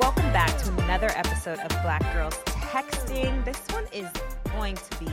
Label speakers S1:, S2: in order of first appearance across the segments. S1: Welcome back to another episode of Black Girls Texting. This one is going to be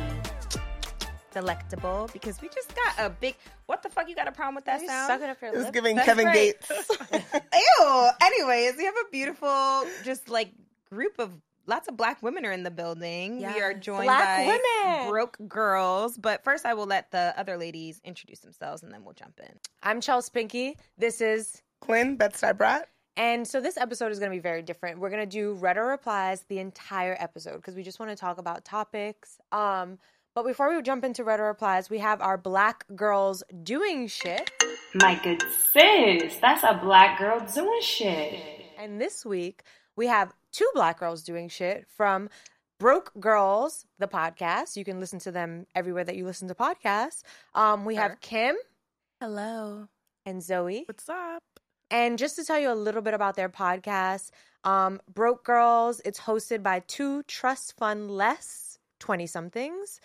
S1: delectable because we just got a big. What the fuck? You got a problem with that sound?
S2: Suck it up your
S3: It's
S2: lip.
S3: giving
S1: That's
S3: Kevin
S1: right.
S3: Gates.
S1: Ew. Anyways, we have a beautiful, just like group of lots of black women are in the building. We are
S2: Yes.
S1: joined
S2: Black
S1: by
S2: women.
S1: broke girls. But first, I will let the other ladies introduce themselves, and then we'll jump in.
S2: I'm Chelsea Pinky. This is,
S3: Quinn, Betsy Brat.
S2: and so this episode is going to be very different. We're going to do Reddit replies the entire episode because we just want to talk about topics. Um, but before we jump into Reddit replies, we have our Black Girls Doing Shit.
S4: My good sis, that's a black girl doing shit.
S2: And this week, we have two black girls doing shit from Broke Girls, the podcast. You can listen to them everywhere that you listen to podcasts. Um, we
S1: Sure.
S2: have Kim
S5: Hello.
S2: and Zoe.
S5: What's up?
S2: And just to tell you a little bit about their podcast, um, Broke Girls, it's hosted by two trust fund less 20 somethings.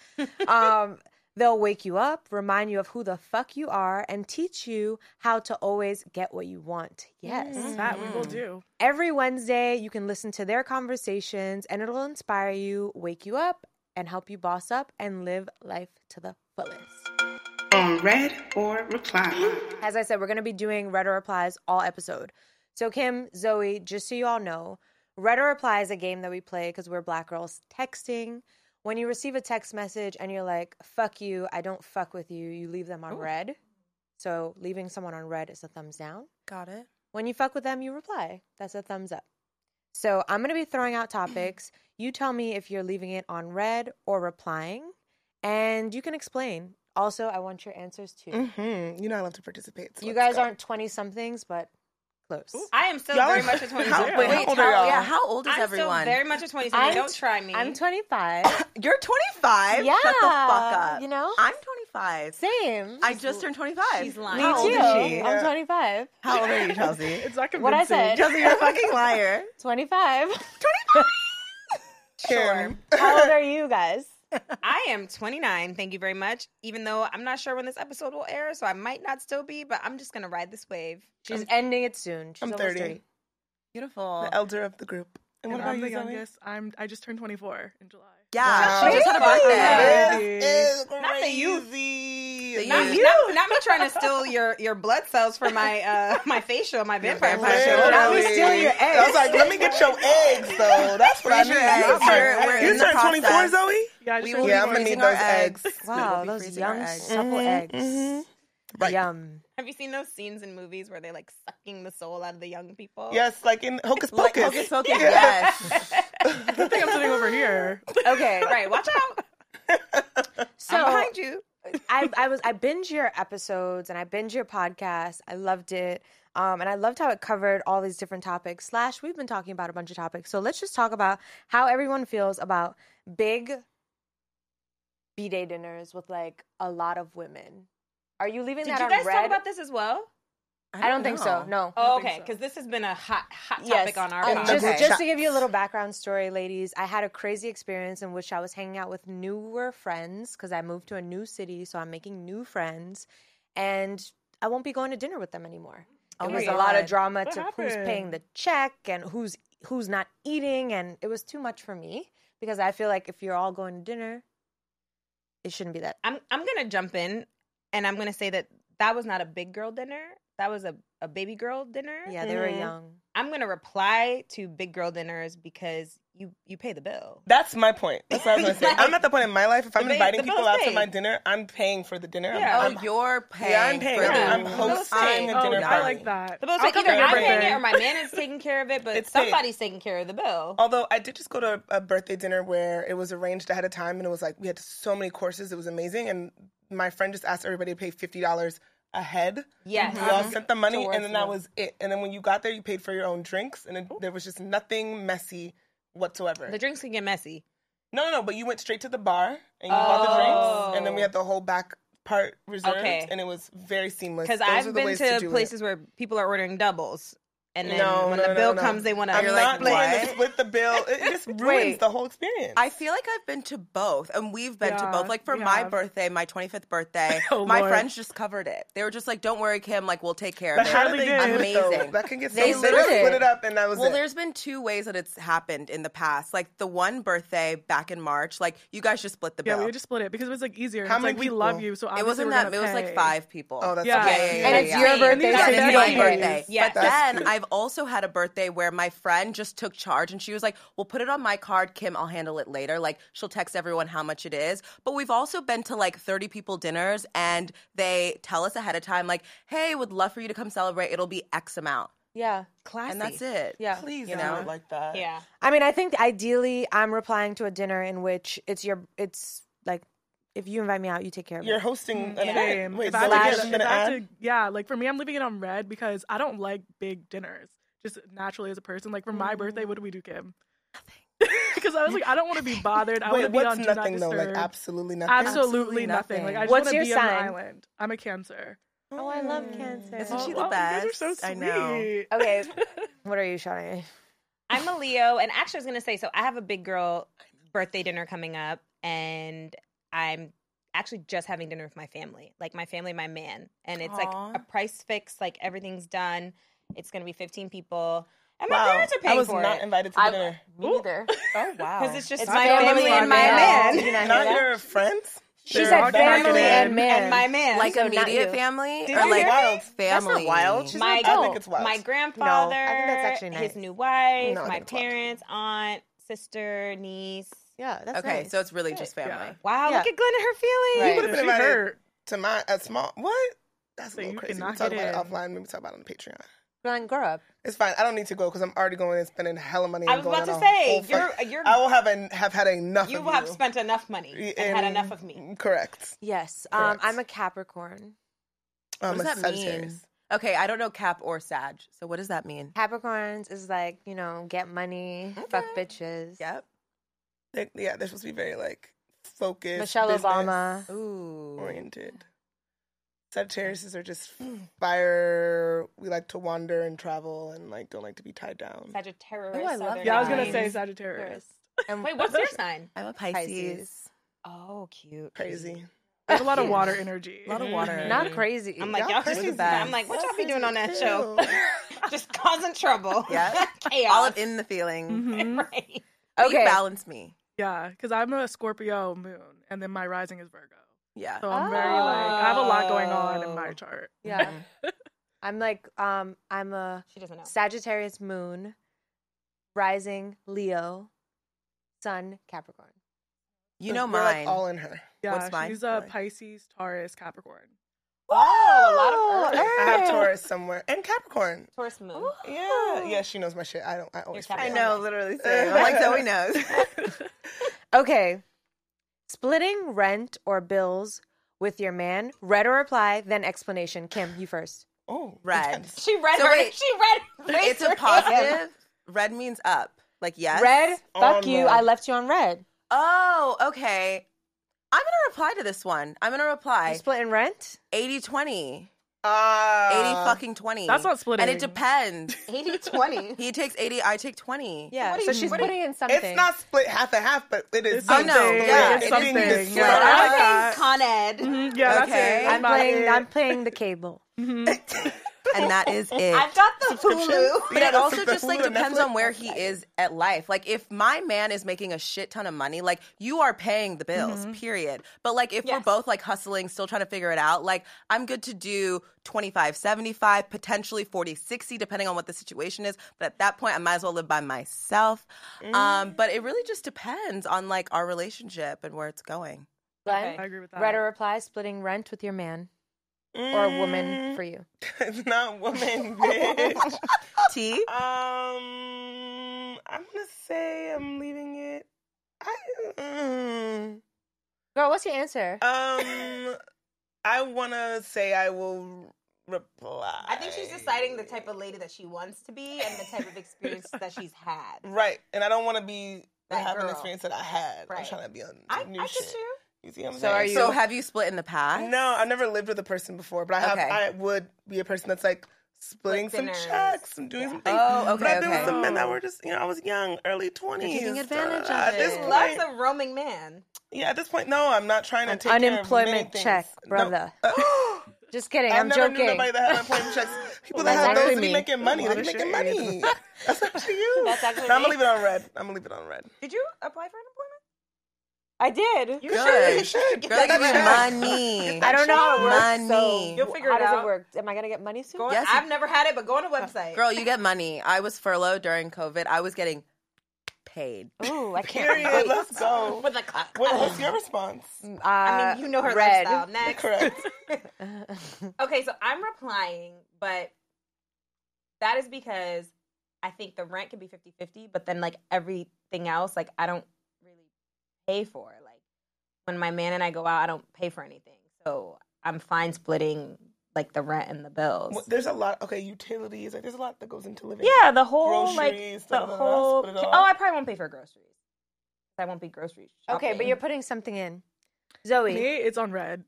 S2: um, they'll wake you up, remind you of who the fuck you are, and teach you how to always get what you want. Yes.
S5: Mm-hmm. That we
S3: Mm-hmm.
S5: will do.
S2: Every Wednesday, you can listen to their conversations and it'll inspire you, wake you up, and help you boss up and live life to the fullest.
S6: on red or reply.
S2: As I said, we're going to be doing Red or Replies all episode. So, Kim, Zoe, just so you all know, Red or Reply is a game that we play because we're black girls texting. When you receive a text message and you're like, fuck you, I don't fuck with you, you leave them on red. So, leaving someone on red is a thumbs down.
S5: Got it.
S2: When you fuck with them, you reply. That's a thumbs up. So, I'm going to be throwing out topics. You tell me if you're leaving it on red or replying, and you can explain. Also, I want your answers too.
S3: Mm-hmm. You know I love to participate. so
S2: You
S3: let's
S2: guys
S3: go.
S2: aren't 20 somethings, but close.
S1: I am still
S3: Y'all-
S1: very much a 20
S3: How- wait, how old are y'all?
S5: yeah,
S3: how,
S5: How old is
S1: I'm
S5: everyone?
S1: still very much a 20 something.
S2: I'm-
S1: Don't try me.
S2: I'm 25.
S5: You're 25.
S2: Yeah,
S5: Shut the fuck up.
S2: you know?
S5: I'm 25.
S2: Same.
S5: I just turned 25.
S1: she's lying.
S2: Me
S3: How old
S2: too.
S3: is she?
S2: I'm 25.
S3: how old are you, Chelsea?
S2: What I said.
S5: Chelsea, you're a fucking liar.
S2: 25.
S3: Kim.
S2: How old are you guys?
S1: I am 29. Thank you very much. Even though I'm not sure when this episode will air, so I might not still be, but I'm just going to ride this wave.
S2: She's ending it soon. She's
S3: I'm
S2: almost
S3: 30.
S2: 30.
S5: Beautiful.
S3: The elder of the group. And what
S7: And
S3: about
S7: I'm
S3: you,
S7: the
S3: Zoe?
S7: youngest. I'm I just turned 24 in July.
S5: Yeah,
S3: Wow.
S5: she just had a birthday.
S3: This is
S1: Not the youth.
S3: crazy.
S1: Not, not, not me trying to steal your, your blood cells for my uh, my facial, my vampire facial.
S3: Literally.
S1: Not me stealing your
S3: I was
S1: eggs.
S3: like, let me get your eggs, though. That's what I
S5: Freeze
S3: need.
S5: your eggs.
S3: You
S5: We're- we're
S3: turned-
S5: in
S3: You
S5: the
S3: turned 24,
S5: process.
S3: Zoe?
S7: Yeah, I just
S5: We
S7: turned
S5: will
S3: Yeah, I'm
S5: be
S3: gonna need
S5: freezing
S3: those
S5: our
S3: eggs.
S5: eggs.
S2: Wow,
S5: We will be
S2: those
S5: freezing our
S2: young,
S5: eggs.
S2: supple eggs.
S3: Mm-hmm. Right.
S2: Yum.
S1: Have you seen those scenes in movies where they're like sucking the soul out of the young people?
S3: Yes, like in Hocus
S5: Like,
S3: Pocus.
S5: focus, focus, yes.
S7: Good thing I'm sitting over here.
S2: Okay.
S1: Right, watch out.
S2: So
S1: I'm behind you.
S2: I, I was I binge your episodes and I binge your podcast. I loved it. Um, and I loved how it covered all these different topics. Slash, we've been talking about a bunch of topics. So let's just talk about how everyone feels about big B day dinners with like a lot of women. Are you leaving
S1: Did
S2: that
S1: you
S2: on
S1: guys
S2: red?
S1: talk about this as well?
S2: I don't think so. No.
S1: Oh,
S7: think
S1: okay,
S7: so.
S1: because this has been a hot hot topic
S2: Yes.
S1: on our
S2: And
S1: podcast.
S2: just,
S3: Oh, Okay.
S2: just to give you a little background story, ladies, I had a crazy experience in which I was hanging out with newer friends because I moved to a new city, so I'm making new friends, and I won't be going to dinner with them anymore. It
S5: Oh my
S2: was a lot of
S5: God.
S2: drama
S7: What
S2: to who's
S7: happened?
S2: paying the check and who's who's not eating, and it was too much for me because I feel like if you're all going to dinner, it shouldn't be that.
S1: I'm I'm gonna jump in, and I'm gonna say that that was not a big girl dinner. That was a, a baby girl dinner.
S2: Yeah, they were
S3: Mhm.
S2: young.
S1: I'm gonna reply to big girl dinners because you you pay the bill.
S3: That's my point. That's what I was gonna say.
S1: Like-
S3: I'm at the point in my life if I'm
S1: The ba-
S3: inviting
S1: the
S3: people
S1: bill's
S3: out to
S1: paid.
S3: my dinner, I'm paying for the dinner. I'm-
S1: Yeah.
S3: I'm,
S5: Oh, you're paying.
S3: yeah, I'm paying.
S5: for
S1: Yeah.
S3: I'm
S5: the-
S3: hosting a
S7: Oh,
S3: dinner
S7: I
S3: party.
S7: like that.
S1: The bill's
S7: I'll
S1: like
S7: come
S1: either
S7: for your
S1: I'm paying
S7: birthday.
S1: it or my man is taking care of it, but
S3: It's paid. Oh,
S1: somebody's taking care of the bill.
S3: Although I did just go to a birthday dinner where it was arranged ahead of time, and it was like we had so many courses, it was amazing. And my friend just asked everybody to pay fifty dollars ahead.
S1: Yes.
S3: We all sent the money,
S2: Towards
S3: and then that
S2: them.
S3: was it. And then when you got there, you paid for your own drinks, and it, there was just nothing messy. whatsoever.
S1: The drinks can get messy.
S3: No, no, no. But you went straight to the bar and you bought the drinks, and then we
S1: Oh.
S3: had the whole back part reserved,
S1: Okay.
S3: and it was very seamless.
S1: Because
S3: Those are
S1: I've
S3: the
S1: been
S3: ways
S1: to,
S3: do it.
S1: places where people are ordering doubles, and then
S3: No,
S1: when
S3: no,
S1: the
S3: no,
S1: bill
S3: no.
S1: comes, they want to.
S3: I'm
S1: You're like,
S3: not doing
S1: "What?"
S3: the split the bill. It just ruins
S5: Wait.
S3: the whole experience.
S5: I feel like I've been to both, and we've been to
S7: Yeah,
S5: both. Like for
S7: we
S5: my
S7: have.
S5: birthday, my 25th birthday,
S7: Oh,
S5: my
S7: Lord.
S5: friends just covered it. They were just like, "Don't worry, Kim. Like we'll take care
S3: but
S5: of
S3: how do
S5: it."
S3: they
S7: Amazing.
S3: do it though?
S5: Amazing.
S3: That can get so
S5: They
S3: they just
S5: lit it.
S3: split it up, and that was
S5: Well,
S3: it.
S5: there's been two ways that it's happened in the past. Like the one birthday back in March, like you guys just split the
S7: Yeah,
S5: bill.
S7: we would just split it because it was like easier.
S3: How
S7: It's
S3: many
S7: like we love
S3: people?
S7: you, so
S5: it
S7: obviously
S5: wasn't
S7: we're
S5: that.
S7: gonna
S5: It was
S7: pay.
S5: like five people.
S3: oh, that's
S7: Yeah.
S3: okay.
S7: Yeah, yeah,
S2: And
S7: yeah,
S2: it's
S7: yeah.
S2: your
S7: And these
S2: birthday,
S7: are
S2: so you
S7: messy.
S2: don't
S5: my
S2: care.
S5: birthday.
S1: Yes.
S5: But
S3: That's
S5: then
S3: cute.
S5: I've also had a birthday where my friend just took charge and she was like, "Well, put it on my card, Kim. I'll handle it later." Like she'll text everyone how much it is. But we've also been to like 30 people dinners and they tell us ahead of time like, "Hey, would love for you to come celebrate. It'll be X amount."
S2: Yeah.
S1: Classy.
S5: And that's it.
S2: Yeah.
S3: Please,
S5: You
S3: don't do
S5: know?
S3: it like that.
S1: Yeah.
S2: I mean, I think ideally I'm replying to a dinner in which it's your it's like if you invite me out, you take care of
S3: You're
S2: it.
S3: hosting an
S1: Yeah.
S3: event.
S7: Mm-hmm. Same.
S3: Wait,
S7: if
S3: so
S7: I
S3: I
S7: had
S2: like,
S7: to-
S3: guess
S2: if
S3: I'm
S7: if
S3: gonna
S7: I had
S3: add.
S7: to, yeah, like for me, I'm leaving it on red because I don't like big dinners. Just naturally as a person, like for my birthday, what do we do, Kim? Nothing. Because I was like, I don't want to be bothered. I want to
S3: Wait,
S7: be on
S3: what's
S7: do
S3: nothing
S7: not
S3: though? Like
S7: disturb.
S3: absolutely nothing.
S7: absolutely nothing. Like I just
S2: What's
S7: want to
S2: your
S7: be on an
S2: sign?
S7: island. I'm a Cancer.
S2: Oh, I love cancer.
S5: Isn't
S7: Oh,
S5: she the
S7: wow, You guys are
S5: best?
S7: so
S5: I know.
S7: sweet.
S2: okay. What are you shouting?
S1: I'm a Leo, and actually, I was gonna say, so I have a big girl birthday dinner coming up, and I'm actually just having dinner with my family, like my family, my man, and it's
S5: Aw.
S1: like a price fix, like everything's done. It's gonna be 15 people, and my
S3: Wow.
S1: parents are paying
S3: I was
S1: for
S3: not
S1: it
S3: invited to the dinner.
S2: Neither.
S5: Oh wow.
S1: because it's just
S2: It's
S1: my
S2: family
S1: family,
S2: and
S1: and my
S2: man.
S1: man.
S2: Did you not
S3: Not
S2: hear that?
S3: your friends.
S2: She
S3: They're
S2: said
S3: all
S2: family
S3: vaccinated.
S2: and man.
S1: and my man,
S5: like
S2: So not
S5: immediate
S2: you.
S5: family
S1: Did
S5: or
S1: you
S5: like
S1: hear me?
S3: wild.
S5: family.
S2: That's not wild. She's
S1: my
S2: an
S3: I
S2: adult.
S3: think it's wild.
S1: my grandfather,
S2: actually nice.
S1: his new wife,
S3: No, I
S1: my
S3: think it's wild.
S1: parents, aunt, sister, niece.
S2: yeah, that's
S5: okay,
S2: nice.
S5: so it's really
S2: Good.
S5: just family.
S7: Yeah.
S1: Wow,
S2: Yeah.
S1: look at Glenn and her feelings.
S3: You would have
S7: Yeah,
S3: been
S7: she
S3: invited
S7: hurt.
S3: to my a small what? That's a
S7: So
S3: little
S7: you
S3: crazy. We
S7: cannot
S3: can talk
S7: get
S3: about it
S7: in.
S3: offline. Maybe talk about it on Patreon.
S2: Glenn, grow up.
S3: It's fine. I don't need to go because I'm already going and spending hella money.
S1: I
S3: and
S1: was
S3: going
S1: about to
S3: on a
S1: say,
S3: whole fuck-
S1: you're- you're-
S3: I will have an, have had enough.
S1: You
S3: of
S1: will have
S3: you.
S1: spent enough money and had
S3: And-
S1: enough of me.
S3: Correct.
S2: Yes. Um,
S3: Correct.
S2: I'm a Capricorn.
S3: Um,
S5: What does
S3: a
S5: that
S3: Sagittarius.
S5: mean? Okay, I don't know Cap or Sag. So what does that mean?
S2: Capricorns is like, you know, get money, fuck bitches.
S5: Yep.
S3: They, yeah, they're supposed to be very like focused.
S2: Michelle
S3: business
S2: Obama.
S5: Ooh.
S3: oriented. Sagittariuses are just fire. We like to wander and travel and like don't like to be tied down.
S1: Sagittarius.
S5: Ooh, I
S1: so
S5: love
S1: they're
S7: Yeah, I was gonna
S1: nice.
S7: say Sagittarius.
S2: And
S1: Wait, what's your sign?
S5: I'm a Pisces.
S2: Pisces.
S1: Oh, cute.
S3: Crazy.
S7: There's a lot of water energy.
S5: A lot of water.
S2: Not crazy.
S1: I'm like
S3: Y'all
S1: y'all.
S3: crazy
S1: Christians,
S5: bad.
S1: I'm like, what
S3: Y'all
S1: y'all be doing on that
S3: crazy
S1: show? Just causing trouble.
S5: Yeah.
S1: Chaos.
S5: All of in the feeling.
S2: Mm-hmm.
S7: Mhm.
S1: right.
S5: Okay.
S2: Okay.
S5: balance me.
S7: Yeah, because I'm a Scorpio moon, and then my rising is Virgo.
S5: Yeah.
S7: So I'm very like I have a lot going on in my
S1: Oh.
S7: chart.
S2: yeah.
S5: Mm-hmm.
S2: Mm-hmm. I'm like, um, I'm a
S1: She doesn't know.
S2: Sagittarius moon, rising Leo, sun Capricorn.
S5: You know
S3: We're, like,
S5: mine.
S3: all in her.
S7: Yeah,
S5: What's mine?
S7: she's a
S5: Sorry.
S7: Pisces, Taurus, Capricorn.
S1: Oh, a lot of
S3: I have Taurus somewhere and Capricorn.
S1: Taurus moon.
S3: Yeah, yeah, she knows my shit. I don't. I always.
S1: You're
S5: I
S3: forget.
S5: know, literally. Same. I'm like Zoe knows.
S2: Okay. Splitting rent or bills with your man, red or reply, then explanation. Kim, you first.
S3: Oh,
S5: Red.
S1: She read
S5: So
S1: her.
S5: wait.
S1: she read.
S5: It's a positive. Red means up. Like yes.
S2: Red, fuck
S3: On
S2: you.
S3: red.
S2: I left you on red.
S5: Oh, okay. I'm gonna reply to this one. I'm gonna
S2: You
S5: reply
S2: splitting rent?
S5: 80 20. 80
S3: Uh,
S5: fucking 20.
S7: That's not splitting.
S5: And it depends.
S1: 80 20.
S5: he takes 80, I take 20.
S2: Yeah.
S1: What do
S2: So
S1: you-
S2: she's
S1: what do you-
S2: putting in something.
S3: It's not split half and half, but it is.
S7: It's something.
S5: Oh, no. Yeah,
S7: it's
S3: didn't get
S5: it
S7: something.
S3: split.
S7: Yeah.
S5: I like that.
S1: Con Ed.
S7: Mhm, yeah,
S5: Okay.
S7: that's it.
S2: I'm
S7: That's
S2: playing.
S7: it.
S2: I'm playing the cable.
S5: And that is it.
S1: I've got the Hulu.
S5: But it
S3: Yeah,
S5: also
S3: that's
S5: just like
S3: Hulu and
S5: depends
S3: Netflix.
S5: on where he is at life. Like if my man is making a shit ton of money, like you are paying the bills, period. But like if we're
S1: Yes.
S5: both like hustling, still trying to figure it out, like I'm good to do 25, 75, potentially 40, 60, depending on what the situation is. But at that point, I might as well live by myself. Um, but it really just depends on like our relationship and where it's going.
S2: Glenn,
S7: I agree with that.
S2: red or reply, splitting rent with your man or a woman for you.
S3: Mm, it's not woman, bitch.
S5: T?
S3: um, I'm gonna say I'm leaving it. I. mm.
S2: Girl, what's your answer?
S3: Um, I want to say I will reply.
S1: I think she's deciding the type of lady that she wants to be and the type of experience that she's had.
S3: Right, and I don't want to be
S1: That
S3: have an
S1: girl.
S3: experience that I had. I'm
S1: Right.
S3: trying to be on
S1: I, I
S3: new
S1: get
S3: shit.
S1: you.
S3: You see what I'm
S5: So
S3: saying?
S5: are you? So have you split in the past?
S3: No, I've never lived with a person before, but I have.
S5: Okay.
S3: I would be a person that's like splitting some
S1: dinners.
S3: checks, and doing some things.
S5: Oh,
S3: but
S5: okay,
S3: I've been with
S5: okay.
S3: some men that were just, you know, I was young, early twenties,
S5: advantage of
S3: at this
S5: it.
S3: point,
S1: Loves a roaming man.
S3: Yeah, at this point, no, I'm not trying to
S2: An
S3: take care of many
S2: unemployment
S3: things.
S2: check,
S3: No,
S2: brother. Just kidding.
S3: I
S2: I'm
S3: never
S2: joking.
S3: knew nobody that had unemployment checks. People
S2: That's
S3: that have those
S2: actually
S3: be
S2: me.
S3: making money. They be
S7: That's
S3: making
S7: a lot of
S3: money. That's up to you.
S1: That's actually
S3: I'm
S1: me.
S3: gonna leave it on red. I'm gonna leave it on red.
S1: Did you apply for unemployment?
S2: I did.
S5: You Good.
S3: You should get
S5: Girl, you
S3: that check.
S5: money.
S2: I don't know how it works.
S5: Money.
S2: So
S1: You'll figure
S2: how
S1: it
S2: does
S1: out.
S2: it work? Am I gonna get money soon?
S1: Go on,
S5: Yes.
S1: I've never had it, but go on the website.
S5: Girl, you get money. I was furloughed during COVID. I was getting paid.
S2: Ooh, I can't.
S3: Period.
S2: wait.
S3: Let's go.
S1: With a clap.
S3: What, what's your response?
S2: Uh,
S1: I mean, you know her
S2: red.
S1: lifestyle. Next.
S3: Correct.
S2: Uh,
S1: Okay, so I'm replying, but that is because I think the rent can be 50 50, but then like everything else, like I don't really pay for. Like when my man and I go out, I don't pay for anything. So I'm fine splitting like the rent and the bills.
S3: Well, there's a lot. Okay, utilities. Like, there's a lot that goes into living.
S1: yeah, the whole
S3: Groceries,
S1: like the
S3: da-da-da-da,
S1: whole.
S3: split it all.
S1: Oh, I probably won't pay for groceries. I won't be groceries.
S2: okay, but you're putting something in, Zoe.
S7: Me, it's on red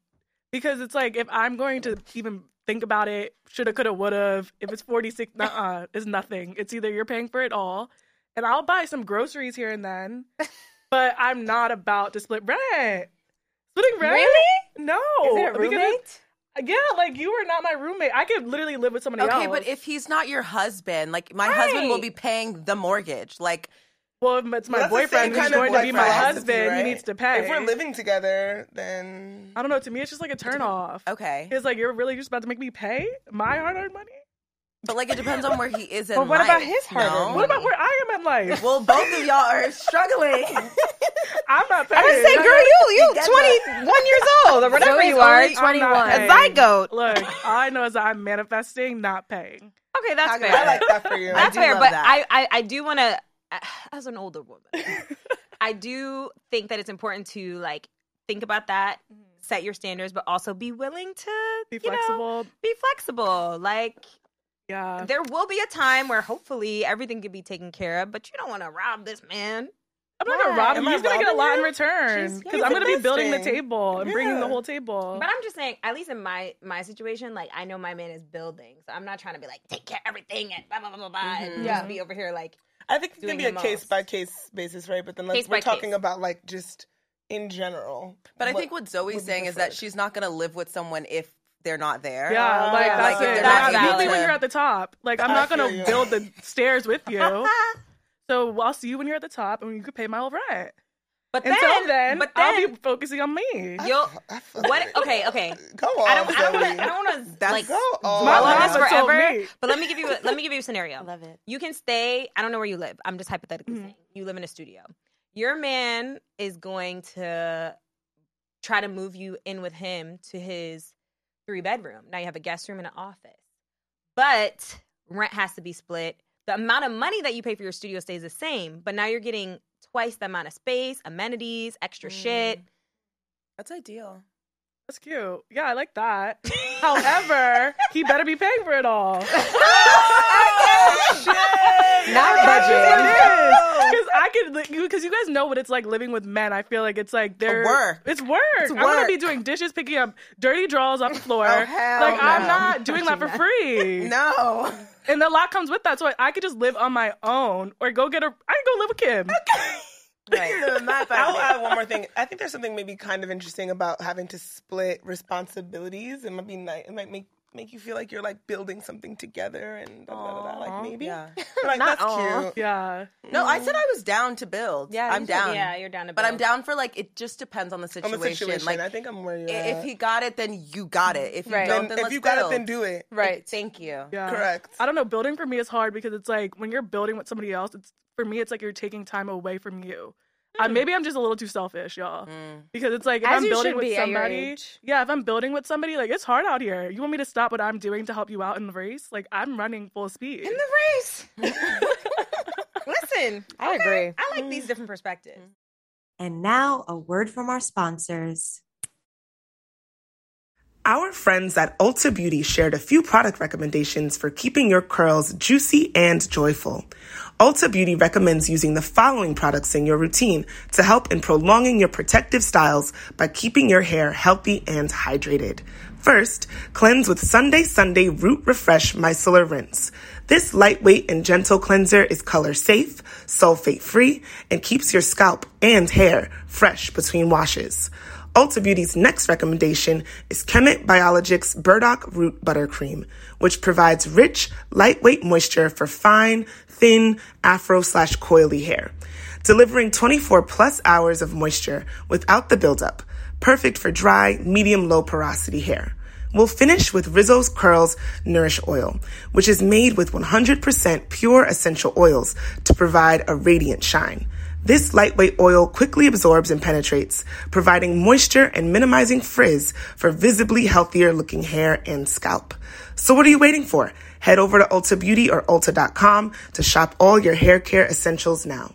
S7: because it's like if I'm going to even think about it, shoulda, coulda, woulda. If it's forty six, uh, it's nothing. It's either you're paying for it all, and I'll buy some groceries here and then, but I'm not about to split rent. Splitting rent?
S1: Really?
S7: No.
S2: Is it a
S7: because-
S2: roommate?
S7: Yeah, like you were not my roommate. I could literally live with somebody else.
S5: Okay, but if he's not your husband, like my husband will be paying the mortgage. Like
S7: well, if it's my
S3: That's the same
S7: boyfriend who's
S3: kind of
S7: going to be my
S3: boyfriend.
S7: husband,
S3: Right?
S7: he needs to pay.
S3: If we're living together, then
S7: I don't know. To me, it's just like a turn off.
S5: okay,
S7: It's like you're really just about to make me pay my hard-earned money.
S5: but like it depends on where he is in
S2: But what about
S5: life,
S2: his hard-earned
S5: no?
S7: What about where I am in life?
S5: Well, both of y'all are struggling.
S7: I'm not paying.
S8: I would say, girl, you you
S5: That's
S8: twenty one years old or whatever
S2: Zoe,
S8: you are.
S2: only 21.
S8: A zygote.
S7: Look, all I know is that I'm manifesting, not paying.
S1: okay, that's fair.
S3: I like that for you.
S5: I
S1: That's
S5: do
S1: fair,
S5: love
S1: but
S5: that.
S1: I, I, I do want to, as an older woman, I do think that it's important to like think about that, set your standards, but also be willing to
S7: Be
S1: you know,
S7: flexible.
S1: Mm-hmm. be flexible. Like
S7: yeah.
S1: there will be a time where hopefully everything could be taken care of, but you don't want to rob this man.
S7: I'm not gonna rob
S3: Am
S7: you.
S3: I
S7: He's gonna get
S3: robbing
S7: a lot
S3: you?
S7: in return
S3: She's-
S7: because
S3: yeah,
S7: I'm gonna be
S3: investing.
S7: building the table and bringing
S3: Yeah.
S7: the whole table.
S1: But I'm just saying, at least in my my situation, like I know my man is building, so I'm not trying to be like take care of everything and blah blah blah blah blah, and just be over here like
S3: I think it's gonna
S1: doing
S3: be
S1: the
S3: a case
S1: most.
S3: by case basis, right? But then let's,
S1: Case
S3: we're
S1: by
S3: talking
S1: case.
S3: about like just in general.
S5: But I think what
S3: would
S5: Zoe's
S3: be
S5: saying is that
S3: preferred?
S5: she's not gonna live with someone if they're not there.
S7: yeah, like
S3: Yeah,
S7: that's
S5: like, if
S7: it.
S5: they're
S1: not
S7: Like, usually
S5: valid.
S7: when you're at the top, like I'm
S3: I
S7: not
S3: feel
S7: gonna
S3: you.
S7: build the stairs with you.
S1: "Uh-huh."
S7: So I'll see you when you're at the top, and you could pay my whole rent.
S1: but then,
S7: Until then,
S1: but
S7: I'll
S1: then
S7: be focusing on me.
S1: you'll
S3: I feel
S1: what
S3: it.
S1: okay okay
S3: Go on.
S1: I don't. I don't
S3: Zoe.
S1: want to. I don't want to.
S5: That's
S1: Like,
S3: Go on.
S7: My
S1: dwell on this
S7: mama told
S1: forever.
S7: me.
S1: But let me give you. A, let me give you a scenario.
S2: I love it.
S1: You can stay. I don't know where you live. I'm just hypothetically
S7: Mhm.
S1: saying you live in a studio. Your man is going to try to move you in with him to his three bedroom. Now you have a guest room and an office, but rent has to be split. The amount of money that you pay for your studio stays the same, but now you're getting twice the amount of space, amenities, extra shit.
S5: That's ideal.
S7: That's cute. Yeah, I like that. However, he better be paying for it all.
S2: Not budget.
S7: Because I could, because you guys know what it's like living with men. I feel like it's like they're
S5: work.
S7: It's work. I'm gonna be doing dishes, picking up dirty drawers off the floor.
S5: hell
S7: like I'm
S5: no.
S7: not doing that for free.
S5: No.
S7: And a lot comes with that, so I, I could just live on my own or go get a. I can go live with Kim.
S3: I'll add one more thing. I think there's something maybe kind of interesting about having to split responsibilities. It might be nice. It might make make you feel like you're like building something together and da, da, da, da, like maybe.
S5: Yeah.
S3: Like that's cute.
S7: Yeah.
S5: No, I said I was down to build.
S2: Yeah,
S5: I'm
S2: you
S5: down.
S1: Yeah, you're down to.
S5: But I'm
S1: build.
S5: down for like it just depends on the
S3: On
S5: situation.
S3: the situation,
S5: Like
S3: I think I'm where you're
S5: i-
S3: at.
S5: if he got it, then you got it. If you
S2: Right.
S3: then,
S5: don't, then,
S3: if
S5: let's
S3: you got
S5: build.
S3: it, then do it.
S2: Right.
S5: Thank you.
S7: Yeah.
S3: Correct.
S7: I don't know. Building for me is hard because it's like when you're building with somebody else, it's for me, it's like you're taking time away from you. Uh, maybe I'm just a little too selfish, y'all. Because it's like if
S2: As
S7: I'm
S2: you
S7: building
S2: should
S7: with
S2: be at your
S7: somebody,
S2: age.
S7: yeah, if I'm building with somebody, like it's hard out here. You want me to stop what I'm doing to help you out in the race? Like I'm running full speed.
S1: in the race. Listen,
S2: I agree.
S1: I like
S5: Mm.
S1: these different perspectives.
S9: And now, a word from our sponsors.
S3: Our friends at Ulta Beauty shared a few product recommendations for keeping your curls juicy and joyful. Ulta Beauty recommends using the following products in your routine to help in prolonging your protective styles by keeping your hair healthy and hydrated. First, cleanse with Sunday Sunday Root Refresh Micellar Rinse. This lightweight and gentle cleanser is color safe, sulfate free, and keeps your scalp and hair fresh between washes. Ulta Beauty's next recommendation is Chemet Biologic's Burdock Root Butter Cream, which provides rich, lightweight moisture for fine, thin, afro slash coily hair, delivering 24 plus hours of moisture without the buildup, perfect for dry, medium low porosity hair. We'll finish with Rizzo's Curls Nourish Oil, which is made with 100% pure essential oils to provide a radiant shine. This lightweight oil quickly absorbs and penetrates, providing moisture and minimizing frizz for visibly healthier looking hair and scalp. So what are you waiting for? Head over to Ulta Beauty or Ulta.com to shop all your hair care essentials now.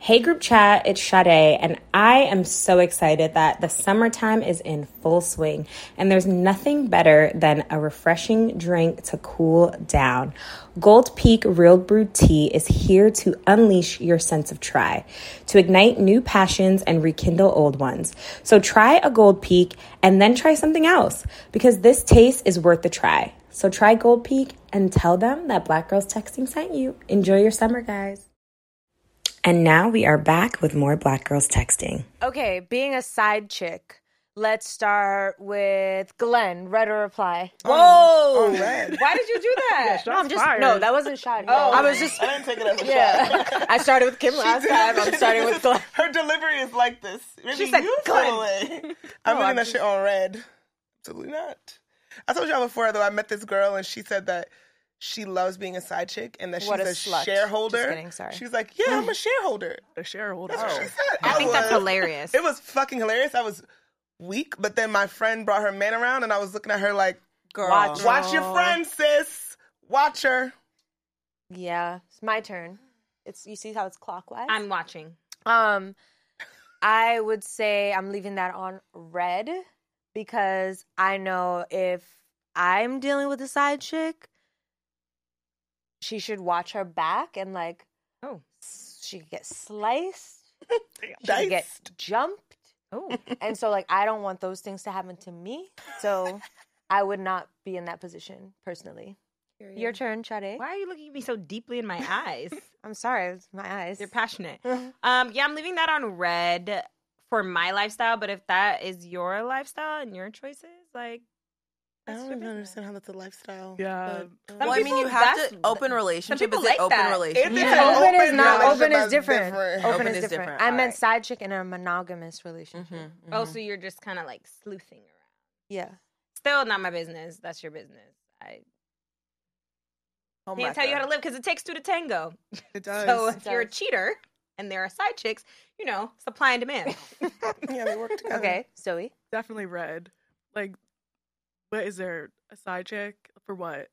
S1: Hey, group chat, it's Sade, and I am so excited that the summertime is in full swing, and there's nothing better than a refreshing drink to cool down. Gold Peak Real Brew Tea is here to unleash your sense of try, to ignite new passions and rekindle old ones. So try a Gold Peak and then try something else, because this taste is worth the try. So try Gold Peak and tell them that Black Girls Texting sent you. Enjoy your summer, guys. And now we are back with more Black Girls Texting.
S2: Okay, being a side chick, let's start with Glenn. Read or reply? Um,
S10: Whoa! On, on red.
S8: Why did you do that?
S2: No, I'm just no. That wasn't shot.
S8: Oh.
S2: I was just
S10: I didn't take it as a
S2: yeah.
S10: shot.
S2: I started with Kim
S10: She
S2: last
S10: did.
S2: time. I'm starting with Glenn.
S10: Her delivery is like this. Maybe
S2: She said,
S10: you feel
S2: "Glenn."
S10: it. I'm leaving that shit on red. Absolutely not. I told y'all before though. I met this girl and she said that she loves being a side chick and that
S2: What a
S10: she's a,
S2: slut.
S10: shareholder.
S2: Just kidding, sorry.
S10: She was like, "Yeah, I'm a shareholder."
S7: The shareholder.
S10: That's what she said.
S8: I think that's
S10: was-
S8: hilarious.
S10: It was fucking hilarious. I was weak, but then my friend brought her man around and I was looking at her like,
S5: Girl.
S2: Watch.
S10: "Watch your friend, sis. Watch her."
S2: Yeah, it's my turn. It's you see how it's clockwise.
S8: I'm watching.
S2: Um, I would say I'm leaving that on red because I know if I'm dealing with a side chick, she should watch her back and like,
S8: Oh.
S2: s- she could get sliced, she could
S10: Diced.
S2: get jumped,
S8: Oh,
S2: and so like I don't want those things to happen to me. So I would not be in that position personally. Your turn, Chade.
S8: Why are you looking at me so deeply in my eyes?
S2: I'm sorry, it was my eyes.
S8: They're passionate. Um, yeah, I'm leaving that on red for my lifestyle. But if that is your lifestyle and your choices, like
S10: I
S8: that's
S10: don't
S8: your
S10: even
S8: business.
S10: understand how that's a lifestyle.
S7: Yeah.
S10: but, um,
S8: Some
S5: Well, I mean,
S8: people-
S5: you have
S8: that's-
S5: to open relationship.
S8: people
S5: Is it
S8: like
S5: open Mm-hmm.
S8: that.
S10: If
S5: relationship?
S10: it's
S8: Yeah.
S10: an
S2: Open, is
S10: open
S2: not
S10: relationship,
S2: open is
S10: that's
S2: different. Open,
S5: Open
S2: is,
S5: is
S2: different.
S5: different.
S2: I
S5: All
S2: meant
S5: right.
S2: side chick in a monogamous
S5: Mm-hmm.
S2: relationship.
S8: Oh, so you're just kind of like sleuthing around.
S2: Yeah.
S8: Still not my business. That's your business. I can't tell you how to live because it takes two to tango.
S10: It does.
S8: So if
S2: Oh It
S8: you're a
S2: does.
S8: cheater and there are side chicks, you know, supply and demand.
S10: yeah, they work together.
S2: Okay, Zoe.
S7: Definitely red. Like, what is there? A side chick? For what?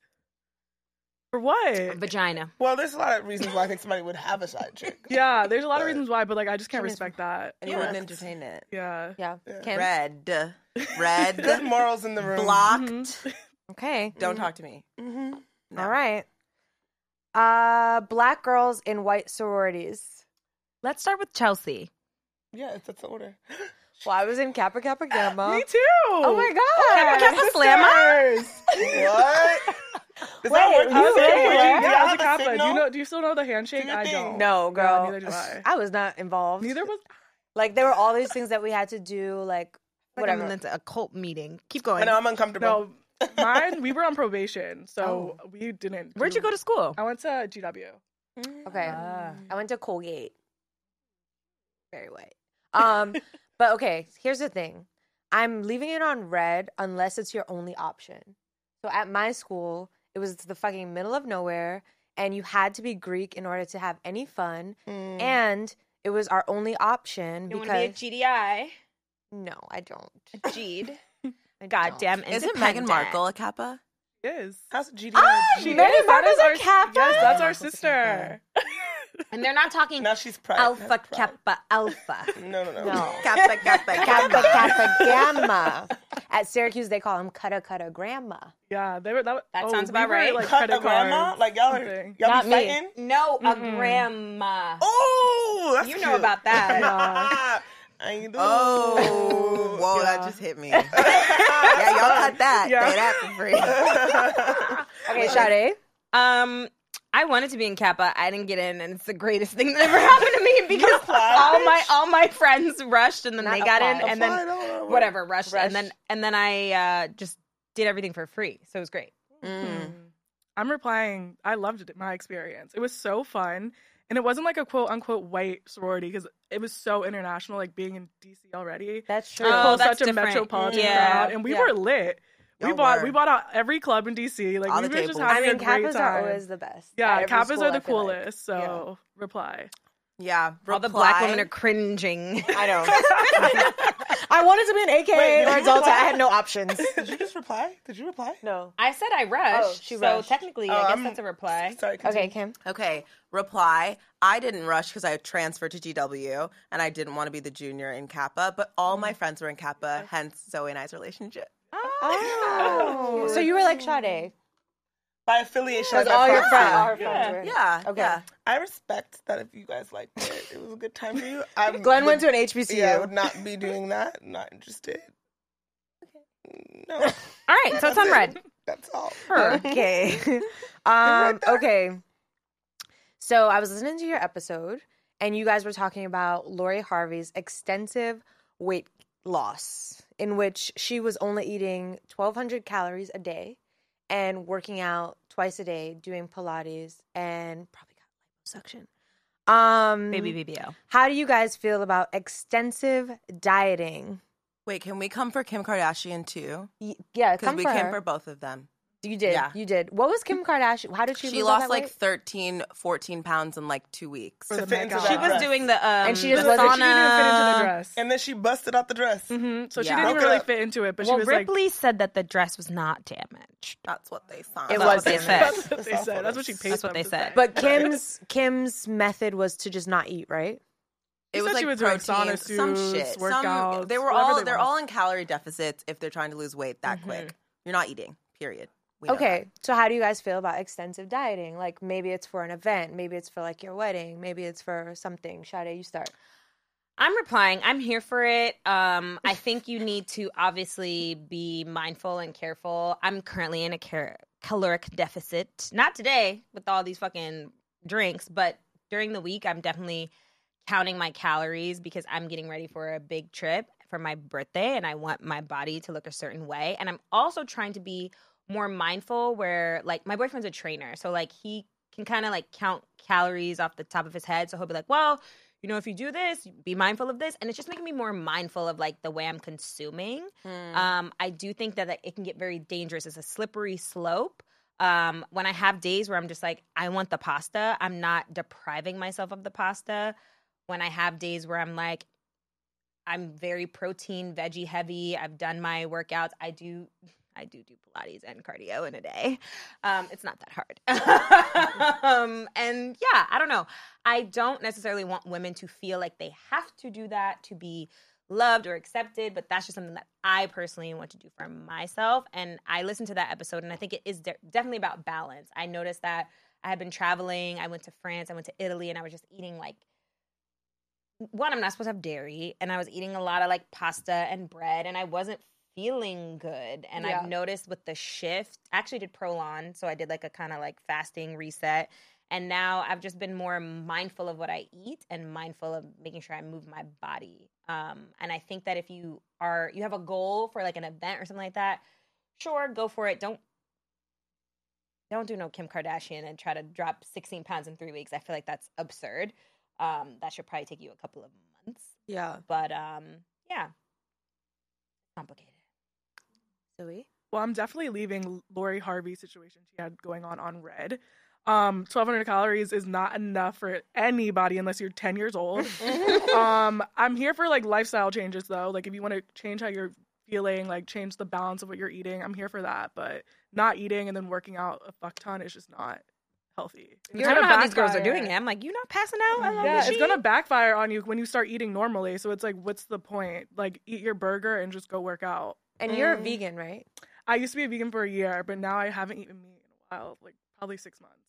S7: For what?
S8: Vagina.
S10: Well, there's a lot of reasons why I think somebody would have a side chick.
S7: Yeah, there's a lot of
S10: But-
S7: reasons why, but like, I just can't
S2: Kim is-
S7: respect that.
S5: And you wouldn't
S10: Yeah.
S5: entertain it.
S7: Yeah.
S2: Yeah.
S10: Yeah.
S2: Kim.
S5: Red.
S10: Good
S5: Red.
S10: morals in the room.
S5: Blocked.
S7: Mm-hmm.
S2: Mm-hmm. Okay.
S5: Don't talk to me.
S10: hmm
S5: No.
S2: All right. Uh black girls in white sororities.
S8: Let's start with Chelsea.
S10: Yeah, it's, that's the order.
S2: Well, I was in Kappa Kappa Gamma.
S7: Me too.
S2: Oh my god.
S8: Kappa Kappa Slamma.
S10: what? Is that
S2: Wait,
S10: working?
S2: you
S10: Is that working?
S2: did it?
S7: Wait, wait,
S10: Do
S2: Yeah,
S7: you-
S10: y'all
S7: yeah, I was
S10: have
S7: a
S10: a
S7: Kappa. Do you
S10: signal?
S7: know? Do you still know the handshake?
S10: Do your
S7: I
S10: thing.
S7: don't.
S2: No, girl.
S7: neither do I.
S2: I was not involved.
S7: Neither was.
S2: Like there were all these things that we had to do, like
S8: Like I'm
S2: whatever.
S8: into a cult meeting. Keep
S10: I
S8: going.
S10: know I'm uncomfortable.
S7: No, mine. We were on probation, so we didn't.
S8: Where'd you
S7: do-
S8: go to school?
S7: I went to GW.
S2: Okay.
S8: Ah.
S2: I went to Colgate. Very white. Um, but okay, here's the thing. I'm leaving it on red unless it's your only option. So at my school, it was the fucking middle of nowhere, and you had to be Greek in order to have any fun,
S10: Mm.
S2: and it was our only option
S8: You want to
S2: because
S8: be a GDI?
S2: no, I don't.
S8: A G'd.
S2: I
S8: Goddamn
S5: Isn't Meghan
S8: independent.
S5: Markle a Kappa?
S7: Yes.
S10: How's GD?
S7: She
S2: Meghan
S7: is. That
S2: Markle's
S7: is
S2: a
S7: our
S2: Kappa?
S7: Yes, that's
S2: Meghan
S7: our
S2: Markle's a
S7: sister.
S1: And they're not talking
S3: now she's proud.
S1: alpha kappa alpha.
S3: No, no, no.
S2: No.
S5: Kappa, kappa,
S2: Kappa
S5: kappa.
S2: Kappa Gamma. At Syracuse, they call him Cutta Cutta Grandma.
S7: Yeah, they were that.
S1: That
S7: oh,
S1: sounds
S7: we
S1: about
S7: were,
S1: right.
S7: Like
S3: Cut
S7: credit
S3: a grandma?
S7: cards.
S3: Like y'all are
S7: Something.
S3: y'all
S2: Not
S3: be
S2: me.
S3: fighting?
S1: No, a grandma.
S3: Oh, that's
S1: you know
S3: cute.
S1: about that.
S3: I ain't do.
S5: Oh, whoa, that just hit me. yeah, y'all cut that.
S7: Yeah.
S5: Say that for free.
S2: Okay, Sade.
S1: Um, I wanted to be in Kappa. I didn't get in, and it's the greatest thing that ever happened to me because
S3: applied,
S1: all my
S3: bitch.
S1: all my friends rushed, and then
S2: Not
S1: they got in,
S2: applied.
S1: and then
S3: Oh,
S1: whatever rushed,
S2: Rushed.
S1: and then and then I uh, just did everything for free, so it was great.
S5: Mm.
S7: I'm replying. I loved it, my experience. It was so fun, and it wasn't like a quote unquote white sorority because it was so international. Like being in DC already,
S2: That's true.
S1: Oh,
S7: pulled
S1: that's
S7: such a
S1: different. Mm-hmm.
S7: metropolitan
S1: Yeah.
S7: crowd, and we
S2: Yeah.
S7: were lit. we
S5: Y'all
S7: bought
S5: were.
S7: we bought out every club in DC. Like
S5: All
S7: we
S5: the
S7: were just
S5: tables.
S2: I
S7: having
S2: mean,
S7: a great
S2: Kappas
S7: time.
S2: are always the best. at
S7: yeah,
S2: every
S7: Kappas
S2: school,
S7: are
S2: I
S7: the
S2: feel like.
S7: coolest. So reply.
S5: Yeah,
S1: All the black
S5: reply.
S1: women are cringing.
S2: I know. I wanted to be an AKA
S3: Wait,
S2: or
S3: did you
S2: Delta.
S3: reply?
S2: I had no options.
S3: Did you just reply? Did you reply?
S2: No.
S1: I said I rushed,
S2: Oh, she
S1: so
S2: rushed.
S1: technically,
S3: Oh,
S1: I guess
S3: I'm-
S1: that's a reply.
S3: Sorry.
S2: Okay,
S3: continue.
S2: Kim.
S5: Okay, reply. I didn't rush because I transferred to GW and I didn't want to be the junior in Kappa, but all
S2: Mm-hmm.
S5: my friends were in Kappa, hence Zoe and I's relationship.
S2: Oh. so you were like Sade.
S3: By affiliation,
S2: Because
S3: like,
S2: all
S3: by
S2: your
S3: proxy.
S2: friends, all your friends were.
S5: Yeah.
S2: Okay.
S5: yeah.
S3: I respect that if you guys liked it, it was a good time for you. I
S2: Glenn went
S3: would-
S2: to an HBCU.
S3: Yeah, I would not be doing that. Not interested. No,
S1: All right, so it's on red.
S3: that's all.
S2: okay. um, okay. So I was listening to your episode, and you guys were talking about Lori Harvey's extensive weight loss, in which she was only eating 1,200 calories a day and working out twice a day, doing Pilates, and probably got liposuction. Um,
S1: Baby BBL.
S2: How do you guys feel about extensive dieting?
S5: Wait, can we come for Kim Kardashian too?
S2: Y- yeah,
S5: Because
S2: come
S5: we
S2: for
S5: came
S2: her.
S5: for both of them.
S2: you did.
S5: yeah.
S2: You did. What was Kim Kardashian? How did she?
S5: She,
S2: lose all
S5: lost
S2: that
S5: like
S2: weight?
S5: 13, 14 pounds in like two weeks.
S3: To fit into
S7: God.
S3: that
S1: She was
S3: dress.
S1: doing the um,
S2: And she
S1: the
S2: just wasn't-
S7: She didn't even fit into the
S1: sauna.
S7: dress.
S3: and then she busted out the dress.
S7: hmm So
S5: Yeah.
S7: she didn't
S3: Broke
S7: even really
S3: up.
S7: fit into it, but
S1: well,
S7: she was
S1: Ripley said that the dress was not damaged.
S5: That's what they found.
S2: It was
S5: That's what they
S2: damaged.
S5: said.
S7: like, that's what they
S3: That's
S7: said.
S3: awful.
S7: That's what she paid
S1: That's what
S7: them
S1: they
S7: to
S1: said.
S7: say.
S2: But Kim's Kim's method was to just not eat, right?
S5: It
S7: She
S5: was
S7: said
S5: like
S7: she was doing
S5: protein,
S7: sauna
S5: some
S7: suits,
S5: shit, some.
S7: workouts,
S5: They were
S7: whatever
S5: all.
S7: they
S5: They
S7: want.
S5: are
S7: Mm-hmm.
S5: all in calorie deficits if they're trying to lose weight that quick. You're not eating. Period. We know that.
S2: Okay, so how do you guys feel about extensive dieting? Like maybe it's for an event, maybe it's for like your wedding, maybe it's for something. Sade, you start.
S1: I'm replying. I'm here for it. Um, I think you need to obviously be mindful and careful. I'm currently in a car- caloric deficit. Not today with all these fucking drinks, but during the week, I'm definitely counting my calories because I'm getting ready for a big trip for my birthday and I want my body to look a certain way. And I'm also trying to be more mindful where, like, my boyfriend's a trainer. So, like, he can kind of like count calories off the top of his head. So he'll be like, well, you know, if you do this, be mindful of this. And it's just making me more mindful of like the way I'm consuming.
S5: Mm. Uh,
S1: Um, I do think that like, it can get very dangerous. It's a slippery slope. Um, when I have days where I'm just like, I want the pasta, I'm not depriving myself of the pasta. When I have days where I'm like, I'm very protein, veggie heavy. I've done my workouts. I do, I do do Pilates and cardio in a day. Um, it's not that hard. um, and yeah, I don't know. I don't necessarily want women to feel like they have to do that to be loved or accepted, but that's just something that I personally want to do for myself. And I listened to that episode, and I think it is de- definitely about balance. I noticed that I had been traveling. I went to France. I went to Italy, and I was just eating like one, I'm not supposed to have dairy, and I was eating a lot of like pasta and bread, and I wasn't feeling good. And I've noticed with the shift, I actually did Prolon, so I did like a kind of like fasting reset. And now I've just been more mindful of what I eat and mindful of making sure I move my body. Um, and I think that if you are you have a goal for like an event or something like that, sure, go for it. Don't don't do no Kim Kardashian and try to drop 16 pounds in three weeks. I feel like that's absurd. Um, that should probably take you a couple of months.
S2: Yeah,
S1: But um, yeah, complicated.
S2: Zoe.
S7: Well, I'm definitely leaving Lori Harvey's situation she had going on on red. Um, 1,200 calories is not enough for anybody unless you're 10 years old. um, I'm here for like lifestyle changes though. Like if you want to change how you're feeling, like change the balance of what you're eating, I'm here for that. But not eating and then working out a fuck ton is just not healthy. It's
S1: You don't know
S7: gonna
S1: how these girls are
S7: backfire.
S1: doing it. I'm like, you're not passing out. I love
S7: Yeah,
S1: this
S7: it's
S1: shit.
S7: gonna backfire on you when you start eating normally. So it's like, what's the point? Like, eat your burger and just go work out.
S2: And you're a vegan, right?
S7: I used to be a vegan for a year, but now I haven't eaten meat in a while, like probably six months.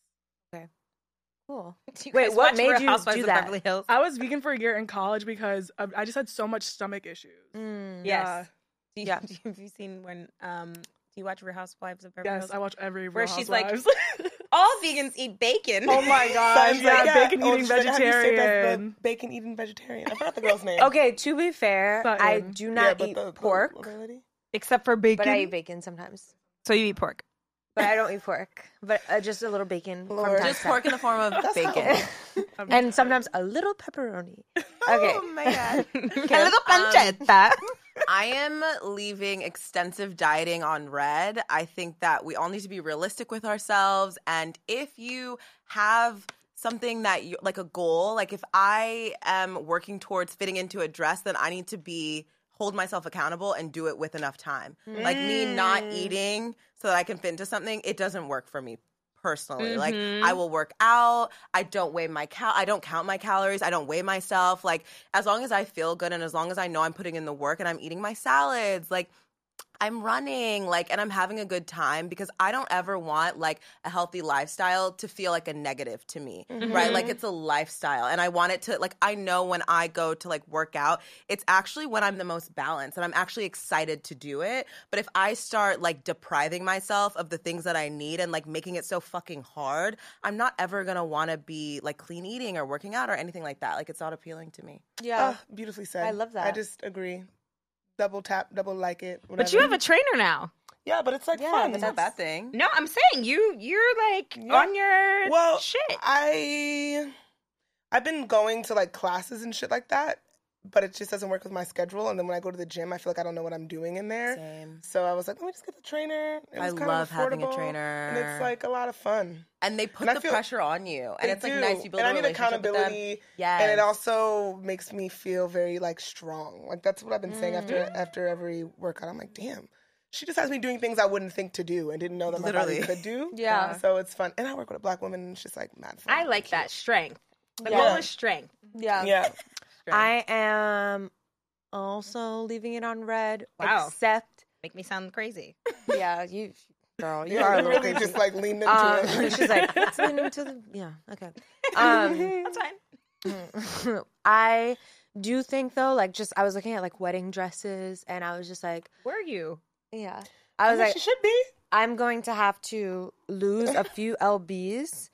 S2: Cool.
S1: Do you
S2: Wait,
S1: guys
S2: what
S1: watch
S2: made
S1: Real
S2: you
S1: Housewives
S2: do
S1: of
S2: that?
S1: Beverly Hills?
S7: I was vegan for a year in college because of, I just had so much stomach issues.
S2: Mm.
S7: Yeah.
S1: Yes. Do you,
S5: Yeah.
S1: do you- have you seen when? Um, do you watch Real Housewives of Beverly
S7: Yes,
S1: Hills?
S7: I watch every Real
S1: Where she's like-
S7: Housewives.
S1: All vegans eat bacon.
S7: oh my gosh, yeah, bacon
S3: Oh,
S7: eating
S3: she said, "How do you say that's the
S7: vegetarian.
S3: Bacon eating vegetarian. I forgot the girl's name.
S2: Okay, to be fair, I
S7: Sutton.
S2: do
S3: Yeah,
S2: not
S3: but
S2: eat
S3: the- the
S2: pork,
S3: other lady?
S1: Except for bacon.
S2: but I eat bacon sometimes.
S1: so you eat pork.
S2: But I don't eat pork, but uh, just a little bacon from
S3: Lord.
S2: time to
S5: Just
S2: time.
S5: pork in the form of bacon.
S2: and sometimes a little pepperoni. Okay.
S5: Oh my god.
S2: a little
S7: Um,
S2: pancetta.
S5: I am leaving extensive dieting on red. I think that we all need to be realistic with ourselves. And if you have something that you like a goal, like if I am working towards fitting into a dress, then I need to be hold myself accountable and do it with enough time. Like me not eating so that I can fit into something, it doesn't work for me personally. Like I will work out. I don't weigh my cal. I don't count my calories. I don't weigh myself. Like as long as I feel good and as long as I know I'm putting in the work and I'm eating my salads, like I'm running, like and I'm having a good time because I don't ever want like a healthy lifestyle to feel like a negative to me. Right? Like it's a lifestyle and I want it to like I know when I go to like work out, it's actually when I'm the most balanced and I'm actually excited to do it. But if I start like depriving myself of the things that I need and like making it so fucking hard, I'm not ever gonna wanna be like clean eating or working out or anything like that. Like it's not appealing to me.
S2: Yeah.
S3: Ah, beautifully said.
S2: I love
S3: I
S2: that.
S3: just agree. Double tap, double like it. Whatever.
S1: But you have a trainer now.
S3: yeah, but it's like
S2: Yeah,
S3: fun.
S2: but
S5: It's not a bad thing.
S1: No, I'm saying you. You're like
S3: Yeah.
S1: on your
S3: well
S1: shit.
S3: i i've been going to like classes and shit like that but it just doesn't work with my schedule and then when i go to the gym i feel like i don't know what i'm doing in there
S5: Same.
S3: so i was like let me just get the trainer it
S5: I
S3: was kind of
S5: love having a
S3: affordable, and
S5: trainer.
S3: it's like a lot of fun
S5: and they put
S3: And I
S5: the
S3: feel-
S5: pressure on you, and
S3: They
S5: it's like
S3: do.
S5: nice you build
S3: and
S5: a
S3: I need
S5: relationship
S3: accountability
S5: with them. Yes.
S3: and it also makes me feel very like strong like that's what i've been saying after
S5: Mm-hmm.
S3: after every workout i'm like damn she just has me doing things I wouldn't think to do and didn't know that my
S5: Literally.
S3: body could do.
S2: Yeah.
S3: So it's fun. And I work with a black woman and it's just like mad fun.
S1: I like that strength. The
S3: Yeah.
S1: goal is strength.
S2: Yeah.
S3: Yeah.
S2: I am also leaving it on red.
S1: Wow.
S2: Except,
S1: Make me sound crazy.
S2: yeah, you, girl, you
S3: Yeah,
S2: are a
S3: you
S2: little
S3: really
S2: crazy.
S3: just like leaned into
S2: um,
S3: it.
S2: she's like, let's lean into the, yeah, okay. Um,
S1: That's fine.
S2: I do think though, like, just I was looking at like wedding dresses, and I was just like,
S1: Were you?
S2: yeah, I was
S3: Well,
S2: like,
S3: she should be.
S2: I'm going to have to lose a few lbs.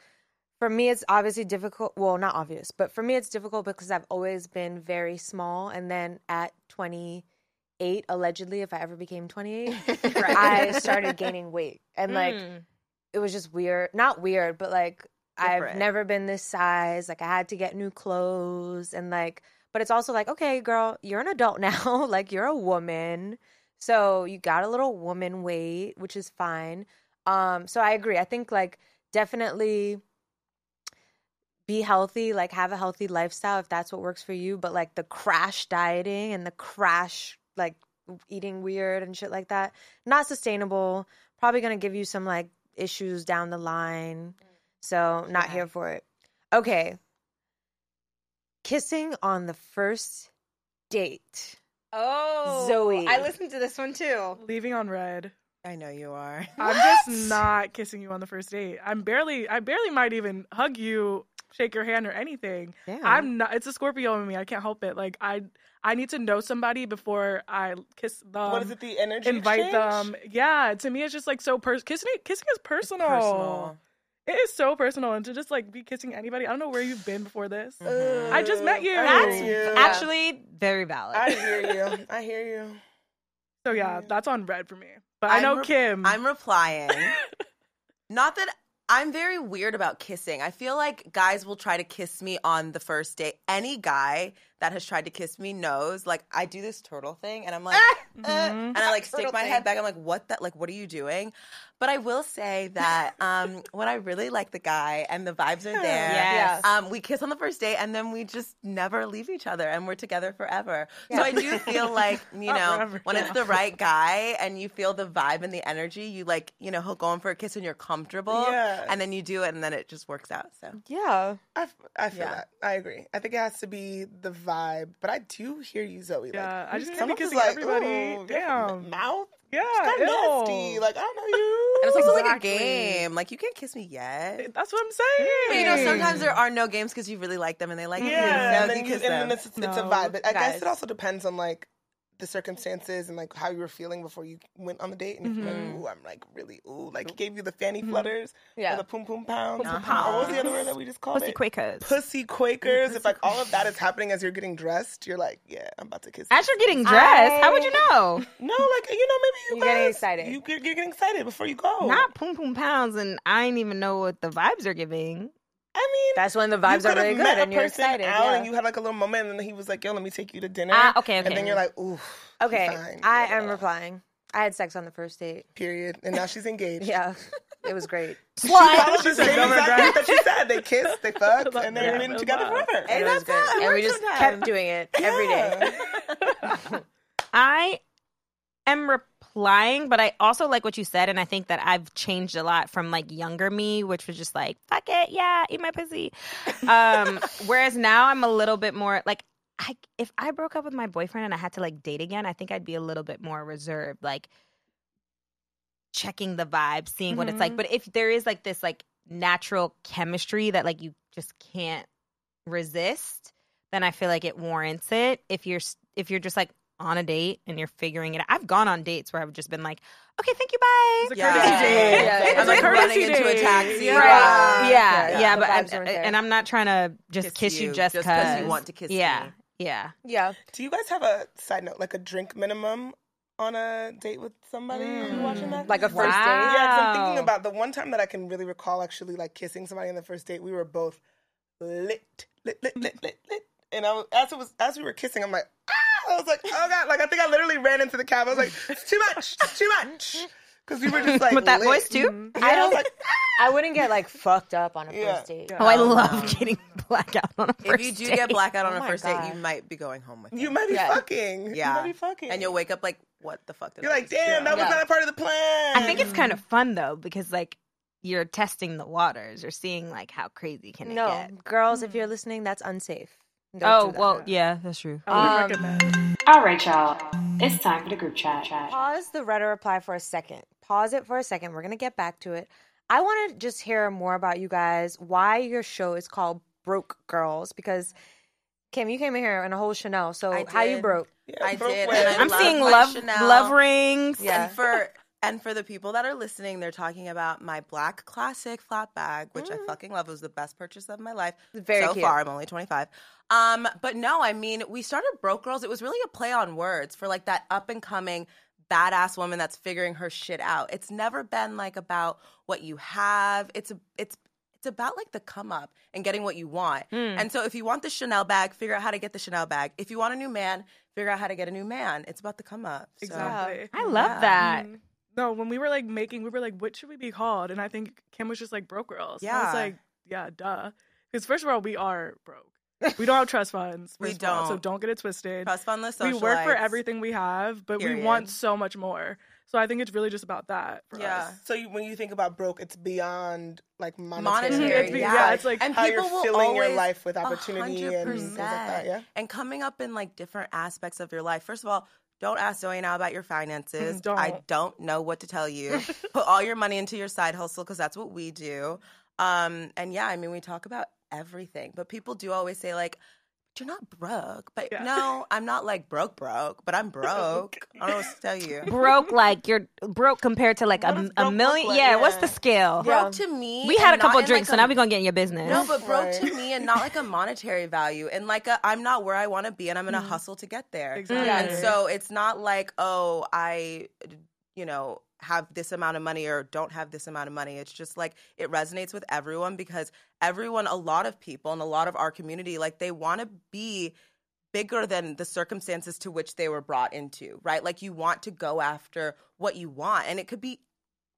S2: For me, it's obviously difficult. Well, not obvious, but for me, it's difficult because I've always been very small, and then at 28, allegedly, if I ever became 28, I started gaining weight, and like
S8: Hmm.
S1: Mm.
S2: it was just weird. Not weird, but like I've
S5: Different.
S2: never been this size. Like I had to get new clothes and like but it's also like, okay, girl, you're an adult now. like you're a woman. So you got a little woman weight, which is fine. Um so I agree. I think like definitely be healthy, like have a healthy lifestyle if that's what works for you, but like the crash dieting and the crash like eating weird and shit like that, not sustainable. Probably going to give you some like issues down the line.
S3: Mm.
S2: So, not here for it. Okay. Kissing on the first date.
S1: Oh,
S2: Zoe.
S1: I listened to this one too.
S7: Leaving on red.
S5: I know you are.
S7: I'm just not kissing you on the first date. I'm barely, I barely might even hug you, shake your hand, or anything.
S2: Yeah.
S7: I'm not. It's a Scorpio in me. I can't help it. Like I, I need to know somebody before I kiss them.
S3: what is it? The energy.
S7: um, invite
S3: exchange?
S7: them. Yeah. To me, it's just like so personal. Kissing, kissing is personal.
S5: Personal.
S7: It is so personal, and to just like be kissing anybody. I don't know where you've been before this.
S5: Mm-hmm. Uh,
S7: I just met you.
S3: I hear you.
S1: Actually, very valid.
S3: I hear you. I hear you.
S7: So yeah, that's on red for me. But i
S5: Mm-hmm. I'm
S7: know
S5: re-
S8: Mm.
S7: Kim.
S5: I'm replying. Not that I'm very weird about kissing. I feel like guys will try to kiss me on the first date. Any guy that has tried to kiss me knows. Like I do this turtle thing, and I'm like, uh,
S7: Mm-hmm.
S5: and I like stick
S8: Turtle
S5: my
S8: thing.
S5: head back. I'm like, what that? Like, what are you doing? But I will say that um, when I really like the guy and the vibes are there,
S1: Yes.
S5: um, we kiss on the first date, and then we just never leave each other, and we're together forever. So I do feel like you
S7: Not
S5: know
S7: forever,
S5: when
S7: yeah.
S5: it's the right guy and you feel the vibe and the energy, you like you know he'll go in for a kiss and you're comfortable,
S3: Yeah.
S5: and then you do it, and then it just works out. So
S2: Yeah.
S3: I, f- I feel
S5: Yeah.
S3: that. I agree. I think it has to be the vibe, but I do hear you, Zoe.
S7: Yeah,
S3: like,
S7: I just can't
S3: some
S7: be
S3: of us
S7: kissing everybody.
S3: ooh, your
S7: Damn.
S3: mouth.
S7: Yeah,
S3: Kind of
S7: ew.
S3: nasty. Like I don't know you.
S5: And it's also like a
S7: Exactly.
S5: game. Like you can't kiss me yet.
S7: That's what I'm saying.
S5: But you know, sometimes there are no games because you really like them and they
S2: Mm-hmm.
S5: like
S7: Yeah,
S3: and
S5: you. So
S3: then
S5: you
S3: you,
S5: kiss
S3: and then
S5: them.
S3: it's, it's a
S7: No,
S3: vibe. But I guess
S5: guys.
S3: it also depends on like the circumstances and like how you were feeling before you went on the date. And if you're like, ooh, I'm like really ooh, like he gave you the fanny flutters
S2: Mm-hmm. Yeah.
S3: or the poom poom pounds.
S5: Uh-huh.
S3: Or What was the other word that we just called
S8: Pussy
S3: it?
S8: Quakers.
S3: Pussy Quakers. If like all of that is happening as you're getting dressed, you're like, yeah, I'm about to kiss.
S8: As you're getting dressed, how would you know?
S3: No, like you know, maybe you
S2: You're getting
S3: guys-
S2: excited.
S3: You, you're getting excited before you go.
S8: Not poom poom pounds, and I ain't even know what the vibes are giving.
S3: I mean,
S2: That's when the vibes
S3: you
S2: are
S3: could've
S2: really good
S3: met a
S2: and you're
S3: person
S2: excited.
S3: Out
S2: yeah.
S3: And you had like a little moment, and then he was like, "Yo, let me take you to dinner."
S2: Ah, okay, okay.
S3: And then you're like, "Ooh,
S2: okay.
S3: fine,
S2: I
S3: blah,
S2: am
S3: blah, blah."
S2: replying. I had sex on the first date.
S3: Period. And now she's engaged.
S2: Yeah. It was great.
S3: Follow the
S7: said,
S3: same
S7: "Go
S3: exact
S7: drive."
S3: thing that she said. They kissed, they fucked, and they're
S7: Yeah.
S3: been together
S7: Wow.
S3: forever.
S2: And, it was great.
S5: how it
S2: and we
S5: works
S2: just
S5: sometimes.
S2: kept doing it every day.
S8: I am replying, but I also like what you said, and I think that I've changed a lot from like younger me, which was just like, fuck it, yeah, eat my pussy. Um, whereas now I'm a little bit more like I if I broke up with my boyfriend and I had to like date again, I think I'd be a little bit more reserved, like checking the vibe, seeing what it's
S2: Mm-hmm.
S8: like. But if there is like this like natural chemistry that like you just can't resist, then I feel like it warrants it. If you're s- if you're just like on a date and you're figuring it out. I've gone on dates where I've just been like, okay, thank you, bye.
S7: It's a
S5: Yeah.
S7: courtesy date.
S2: Yeah,
S5: I'm
S7: It's a
S5: like running
S7: courtesy
S5: into a
S7: date.
S5: taxi.
S7: Yeah.
S2: Right.
S5: Yeah.
S2: Yeah. Yeah.
S8: yeah, yeah,
S2: Yeah,
S8: but
S2: the
S8: I'm,
S2: vibes weren't there.
S8: and I'm not trying to just
S5: Kiss
S8: kiss, you
S5: you
S8: just
S5: just
S8: because
S5: 'cause you want to kiss
S8: Yeah,
S5: me.
S8: yeah.
S2: Yeah.
S3: Do you guys have a side note, like a drink minimum on a date with somebody? Are you watching that?
S2: Mm. Like a first
S8: Wow.
S2: date.
S3: Yeah, 'cause I'm thinking
S8: Wow.
S3: about the one time that I can really recall actually like kissing somebody on the first date. We were both lit, lit, lit, lit, lit, lit. And I was, as it was as we were kissing, I'm like, ah! I was like, oh god! Like I think I literally ran into the cab. I was like, it's too much, it's too much, because we were just like
S8: with that
S3: lit.
S8: voice
S7: Mm-hmm.
S8: too.
S3: Yeah, I don't. Like,
S2: I wouldn't get like fucked up on a
S3: Yeah.
S2: first date.
S8: Oh, I love getting blackout on a
S5: If
S8: first
S5: you do
S8: date.
S5: get blackout on
S2: Oh
S5: a
S2: my
S5: first date,
S2: God.
S5: you might be going home with
S3: you
S5: him.
S3: might be
S2: Yeah.
S3: fucking. You
S5: Yeah.
S3: might be fucking.
S5: And you'll wake up like, what the fuck did
S3: You're
S5: I
S3: like,
S5: just do?
S3: damn, that was
S2: Yeah.
S3: not a part of the plan.
S8: I think it's kind of fun though because like you're testing the waters, you're seeing like how crazy can it
S2: No,
S8: get.
S2: girls,
S3: Mm.
S2: if you're listening, that's unsafe. Don't
S8: Oh
S2: do that.
S8: well, yeah, that's true.
S5: Um,
S7: I would recommend.
S4: All right, y'all. It's time for the group chat.
S2: Pause the rudder reply for a second. Pause it for a second. We're gonna get back to it. I want to just hear more about you guys. Why your show is called Broke Girls? Because Kim, you came in here in a whole Chanel. So
S5: I
S2: how you
S5: did.
S2: broke?
S3: Yeah,
S5: I
S3: broke
S5: did,
S3: ways.
S5: and I
S8: I'm
S5: love
S8: seeing
S5: my
S8: love
S5: Chanel.
S8: love rings.
S2: Yeah.
S5: And for and for the people that are listening, they're talking about my black classic flat bag, which I fucking love. It was the best purchase of my life
S2: Very
S5: so
S2: cute.
S5: far. I'm only 25. Um, but no, I mean, we started Broke Girls. It was really a play on words for like that up and coming badass woman that's figuring her shit out. It's never been like about what you have. It's a, it's it's about like the come up and getting what you want.
S7: Hmm.
S8: Mm.
S5: And so if you want the Chanel bag, figure out how to get the Chanel bag. If you want a new man, figure out how to get a new man. It's about the come up. So-
S7: Exactly. Mm-hmm.
S8: I love that.
S7: No, when we were like making, we were like, what should we be called? And I think Kim was just like broke girls. I
S5: Yeah.
S7: was like, yeah, duh. Because first of all, we are broke. We don't have trust funds.
S5: We
S7: first of all, so
S5: don't.
S7: don't get it twisted.
S5: Trust fund the
S7: we work for
S5: socialites.
S7: everything we have, but we
S5: Period.
S7: want so much more. So I think it's really just about that. For
S5: Yeah.
S7: Us.
S3: So you, when you think about broke, it's beyond like monetary.
S5: monetary.
S7: It's be- yeah, it's like
S5: and
S3: how
S5: people
S3: you're
S5: will
S3: filling your
S5: always-
S3: life with
S5: a
S3: opportunity
S5: hundred
S3: and things like that,
S5: percent.
S3: yeah?
S5: and coming up in like different aspects of your life. First of all, don't ask Zoe now about your finances.
S7: Don't.
S5: I don't know what to tell you. Put all your money into your side hustle because that's what we do. Um, and yeah, I mean, we talk about everything, but people do always say like. You're not broke, but
S7: Yeah.
S5: no, I'm not like broke, broke, but I'm broke. I don't know what to tell you.
S8: broke like you're broke compared to like
S3: What does broke
S8: a, a
S3: look
S8: million.
S3: like?
S8: yeah, what's
S3: Yeah.
S8: the scale?
S5: Broke to me.
S8: We had a
S5: and not
S8: couple
S5: in, like,
S8: drinks, so
S5: a-
S8: now we're gonna get in your business.
S5: No, but broke
S3: Right.
S5: to me and not like a monetary value and like a I'm not where I want to be and I'm
S8: Mm.
S5: gonna hustle to get there.
S7: Exactly.
S5: And so it's not like oh I, you know, have this amount of money or don't have this amount of money. It's just like it resonates with everyone because everyone, a lot of people in a lot of our community, like they want to be bigger than the circumstances to which they were brought into, right? Like you want to go after what you want, and it could be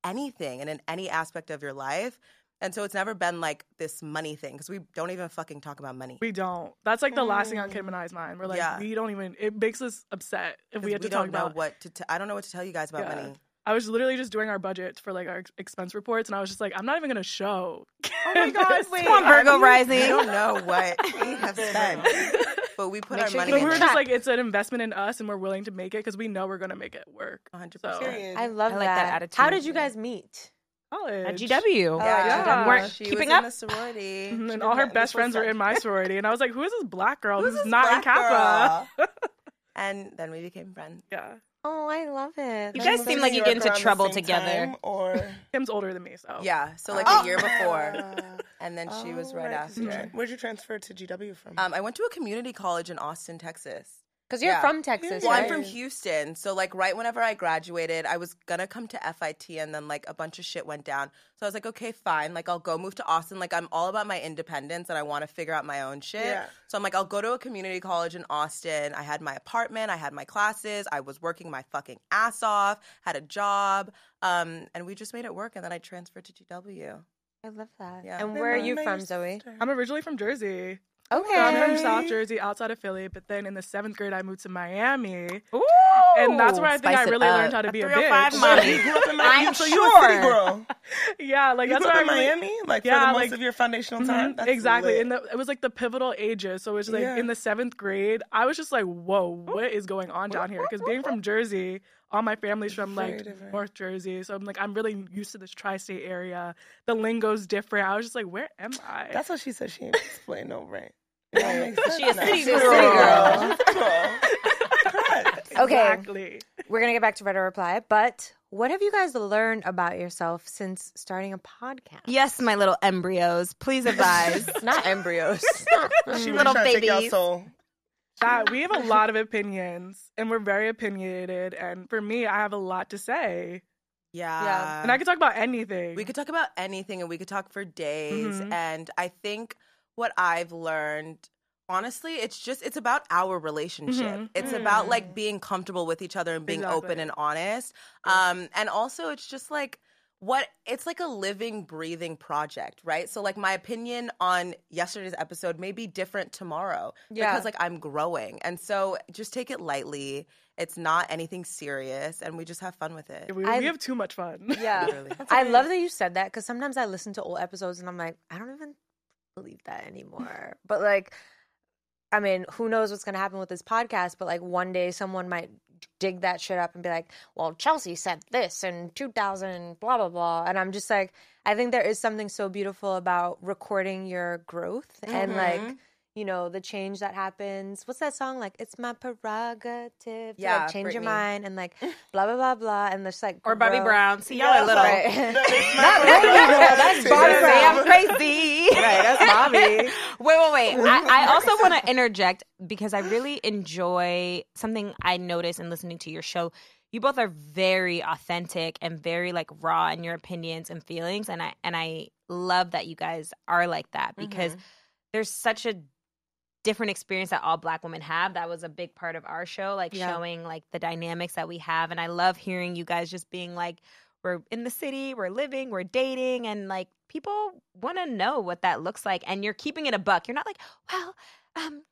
S5: anything and in any aspect of your life. And so it's never been like this money thing because we don't even fucking talk about money.
S7: We don't. That's like the last thing on Kim and I's mind. We're like,
S5: Mm. Yeah.
S7: we don't even. It makes us upset if
S5: 'Cause
S7: we have to
S5: don't
S7: talk
S5: know
S7: about
S5: what to. T- I don't know what to tell you guys about
S7: Yeah.
S5: money.
S7: I was literally just doing our budget for like our ex- expense reports, and I was just like, I'm not even gonna show.
S5: Oh my god! Wait,
S8: Come on, Virgo
S5: we
S8: rising.
S5: don't know what we have spent, but we put
S2: Make
S5: our
S2: sure you
S5: money.
S2: get
S7: But we
S5: in
S7: were
S5: it.
S2: track.
S7: just like, it's an investment in us, and we're willing to make it because we know we're gonna make it work.
S5: 100%.
S7: So,
S3: Period.
S2: I love
S8: I like that attitude.
S2: How did you guys meet?
S7: college.
S8: At GW.
S7: Yeah.
S8: Weren't
S5: She
S8: keeping
S5: was
S8: up.
S5: in the
S7: Mhm,
S5: sorority. She
S7: And
S5: did
S7: all her
S5: not- this
S7: best
S5: was
S7: friends were
S5: that-
S7: in my sorority, and I was like, "Who is this black girl?
S5: Who's
S7: Who's,
S5: this
S7: not in
S5: black
S7: Kappa?"
S5: girl? and then we became friends.
S7: yeah,
S2: Oh, I love it.
S8: You
S2: That's
S8: guys
S2: so
S8: seem like you
S2: sweet.
S8: get into trouble together.
S3: or
S7: Kim's older than me, so
S5: Yeah, so
S3: Oh.
S5: like a year before, and then she was right after.
S3: Where'd Oh, you transfer to GW from?
S5: Um, I went to a community college in Austin, Texas.
S2: Because you're
S5: Yeah.
S2: from Texas.
S5: Well, I'm
S2: right?
S5: from Houston, so like right whenever I graduated, I was gonna come to FIT, and then like a bunch of shit went down. So I was like, okay, fine, like I'll go move to Austin. Like I'm all about my independence, and I want to figure out my own shit.
S3: Yeah.
S5: So I'm like, I'll go to a community college in Austin. I had my apartment, I had my classes, I was working my fucking ass off, had a job, um, and we just made it work. And then I transferred to GW.
S2: I love that.
S5: Yeah.
S2: And where are you from, Zoe?
S7: I'm originally from Jersey.
S2: Okay.
S7: So I'm from South Jersey, outside of Philly. But then in the seventh grade, I moved to Miami,
S8: Ooh,
S7: and that's where I think
S5: spice
S7: I
S5: it
S7: really
S5: up.
S7: learned how to be a bitch.
S8: 305 mommy. I'm
S3: so you a city
S8: sure.
S3: girl.
S7: yeah, like
S3: you
S7: that's
S3: grew
S7: where
S3: up
S7: I
S3: in
S7: really-
S3: Miami, like for
S7: Yeah,
S3: the most
S7: like-
S3: of your foundational time.
S7: Mhm,
S3: That's
S7: exactly.
S3: lit.
S7: And the, it was like the pivotal ages. So it was like
S3: Yeah.
S7: in the seventh grade, I was just like, whoa, what is going on down here? Because being from Jersey, all my family's from
S3: Very
S7: like
S3: different.
S7: North Jersey. So I'm like, I'm really used to this tri state area. The lingo's different. I was just like, where am I?
S3: that's what she said. She ain't explain no rent. It don't make sense
S8: She a
S3: now.
S8: city
S3: She's
S8: girl.
S3: She's a city girl. Correct.
S2: Okay.
S7: Exactly.
S2: We're going to get back to Reddit reply, but what have you guys learned about yourself since starting a podcast?
S8: Yes, my little embryos. Please advise.
S2: Not embryos.
S7: Mm.
S3: She really
S8: Little
S3: trying to take y'all
S8: babies.
S3: soul.
S7: That, we have a lot of opinions and we're very opinionated. And for me, I have a lot to say.
S5: Yeah,
S7: And I could talk about anything.
S5: We could talk about anything and we could talk for days.
S7: Mhm.
S5: And I think what I've learned, honestly, it's just it's about our relationship.
S7: Mhm.
S5: It's about like being comfortable with each other and being open
S7: Exactly.
S5: and honest. Um and also it's just like what it's like a living breathing project right so like my opinion on yesterday's episode may be different tomorrow
S2: Yeah.
S5: because like i'm growing and so just take it lightly it's not anything serious and we just have fun with it
S7: we, we
S2: I-
S7: have too much fun.
S2: Yeah.
S5: Literally.
S2: I love that you said that because sometimes I listen to old episodes and I'm like, I don't even believe that anymore. But like, I mean, who knows what's going to happen with this podcast? But like, one day someone might dig that shit up and be like, well, Chelsea said this in 2000, blah, blah, blah. And I'm just like, I think there is something so beautiful about recording your growth and
S8: Mm-hmm.
S2: like, you know, the change that happens. What's that song like? It's my prerogative. to,
S5: Yeah,
S2: Like, change your
S5: Britney.
S2: mind and like, blah, blah, blah, blah. And there's like,
S8: or Bobby
S2: grow-
S8: Brown. See, y'all are little.
S2: Right.
S3: That's
S2: Bobby
S8: Say
S2: Brown.
S8: I'm crazy. right, that's Bobby. wait, wait, wait. I, I also want to interject because I really enjoy something I notice in listening to your show. You both are very authentic and very like raw in your opinions and feelings, and I and I love that you guys are like that because there's such a different experience that all black women have that was a big part of our show like
S2: Yeah.
S8: showing like the dynamics that we have and i love hearing you guys just being like we're in the city we're living we're dating and like people want to know what that looks like and you're keeping it a buck you're not like well um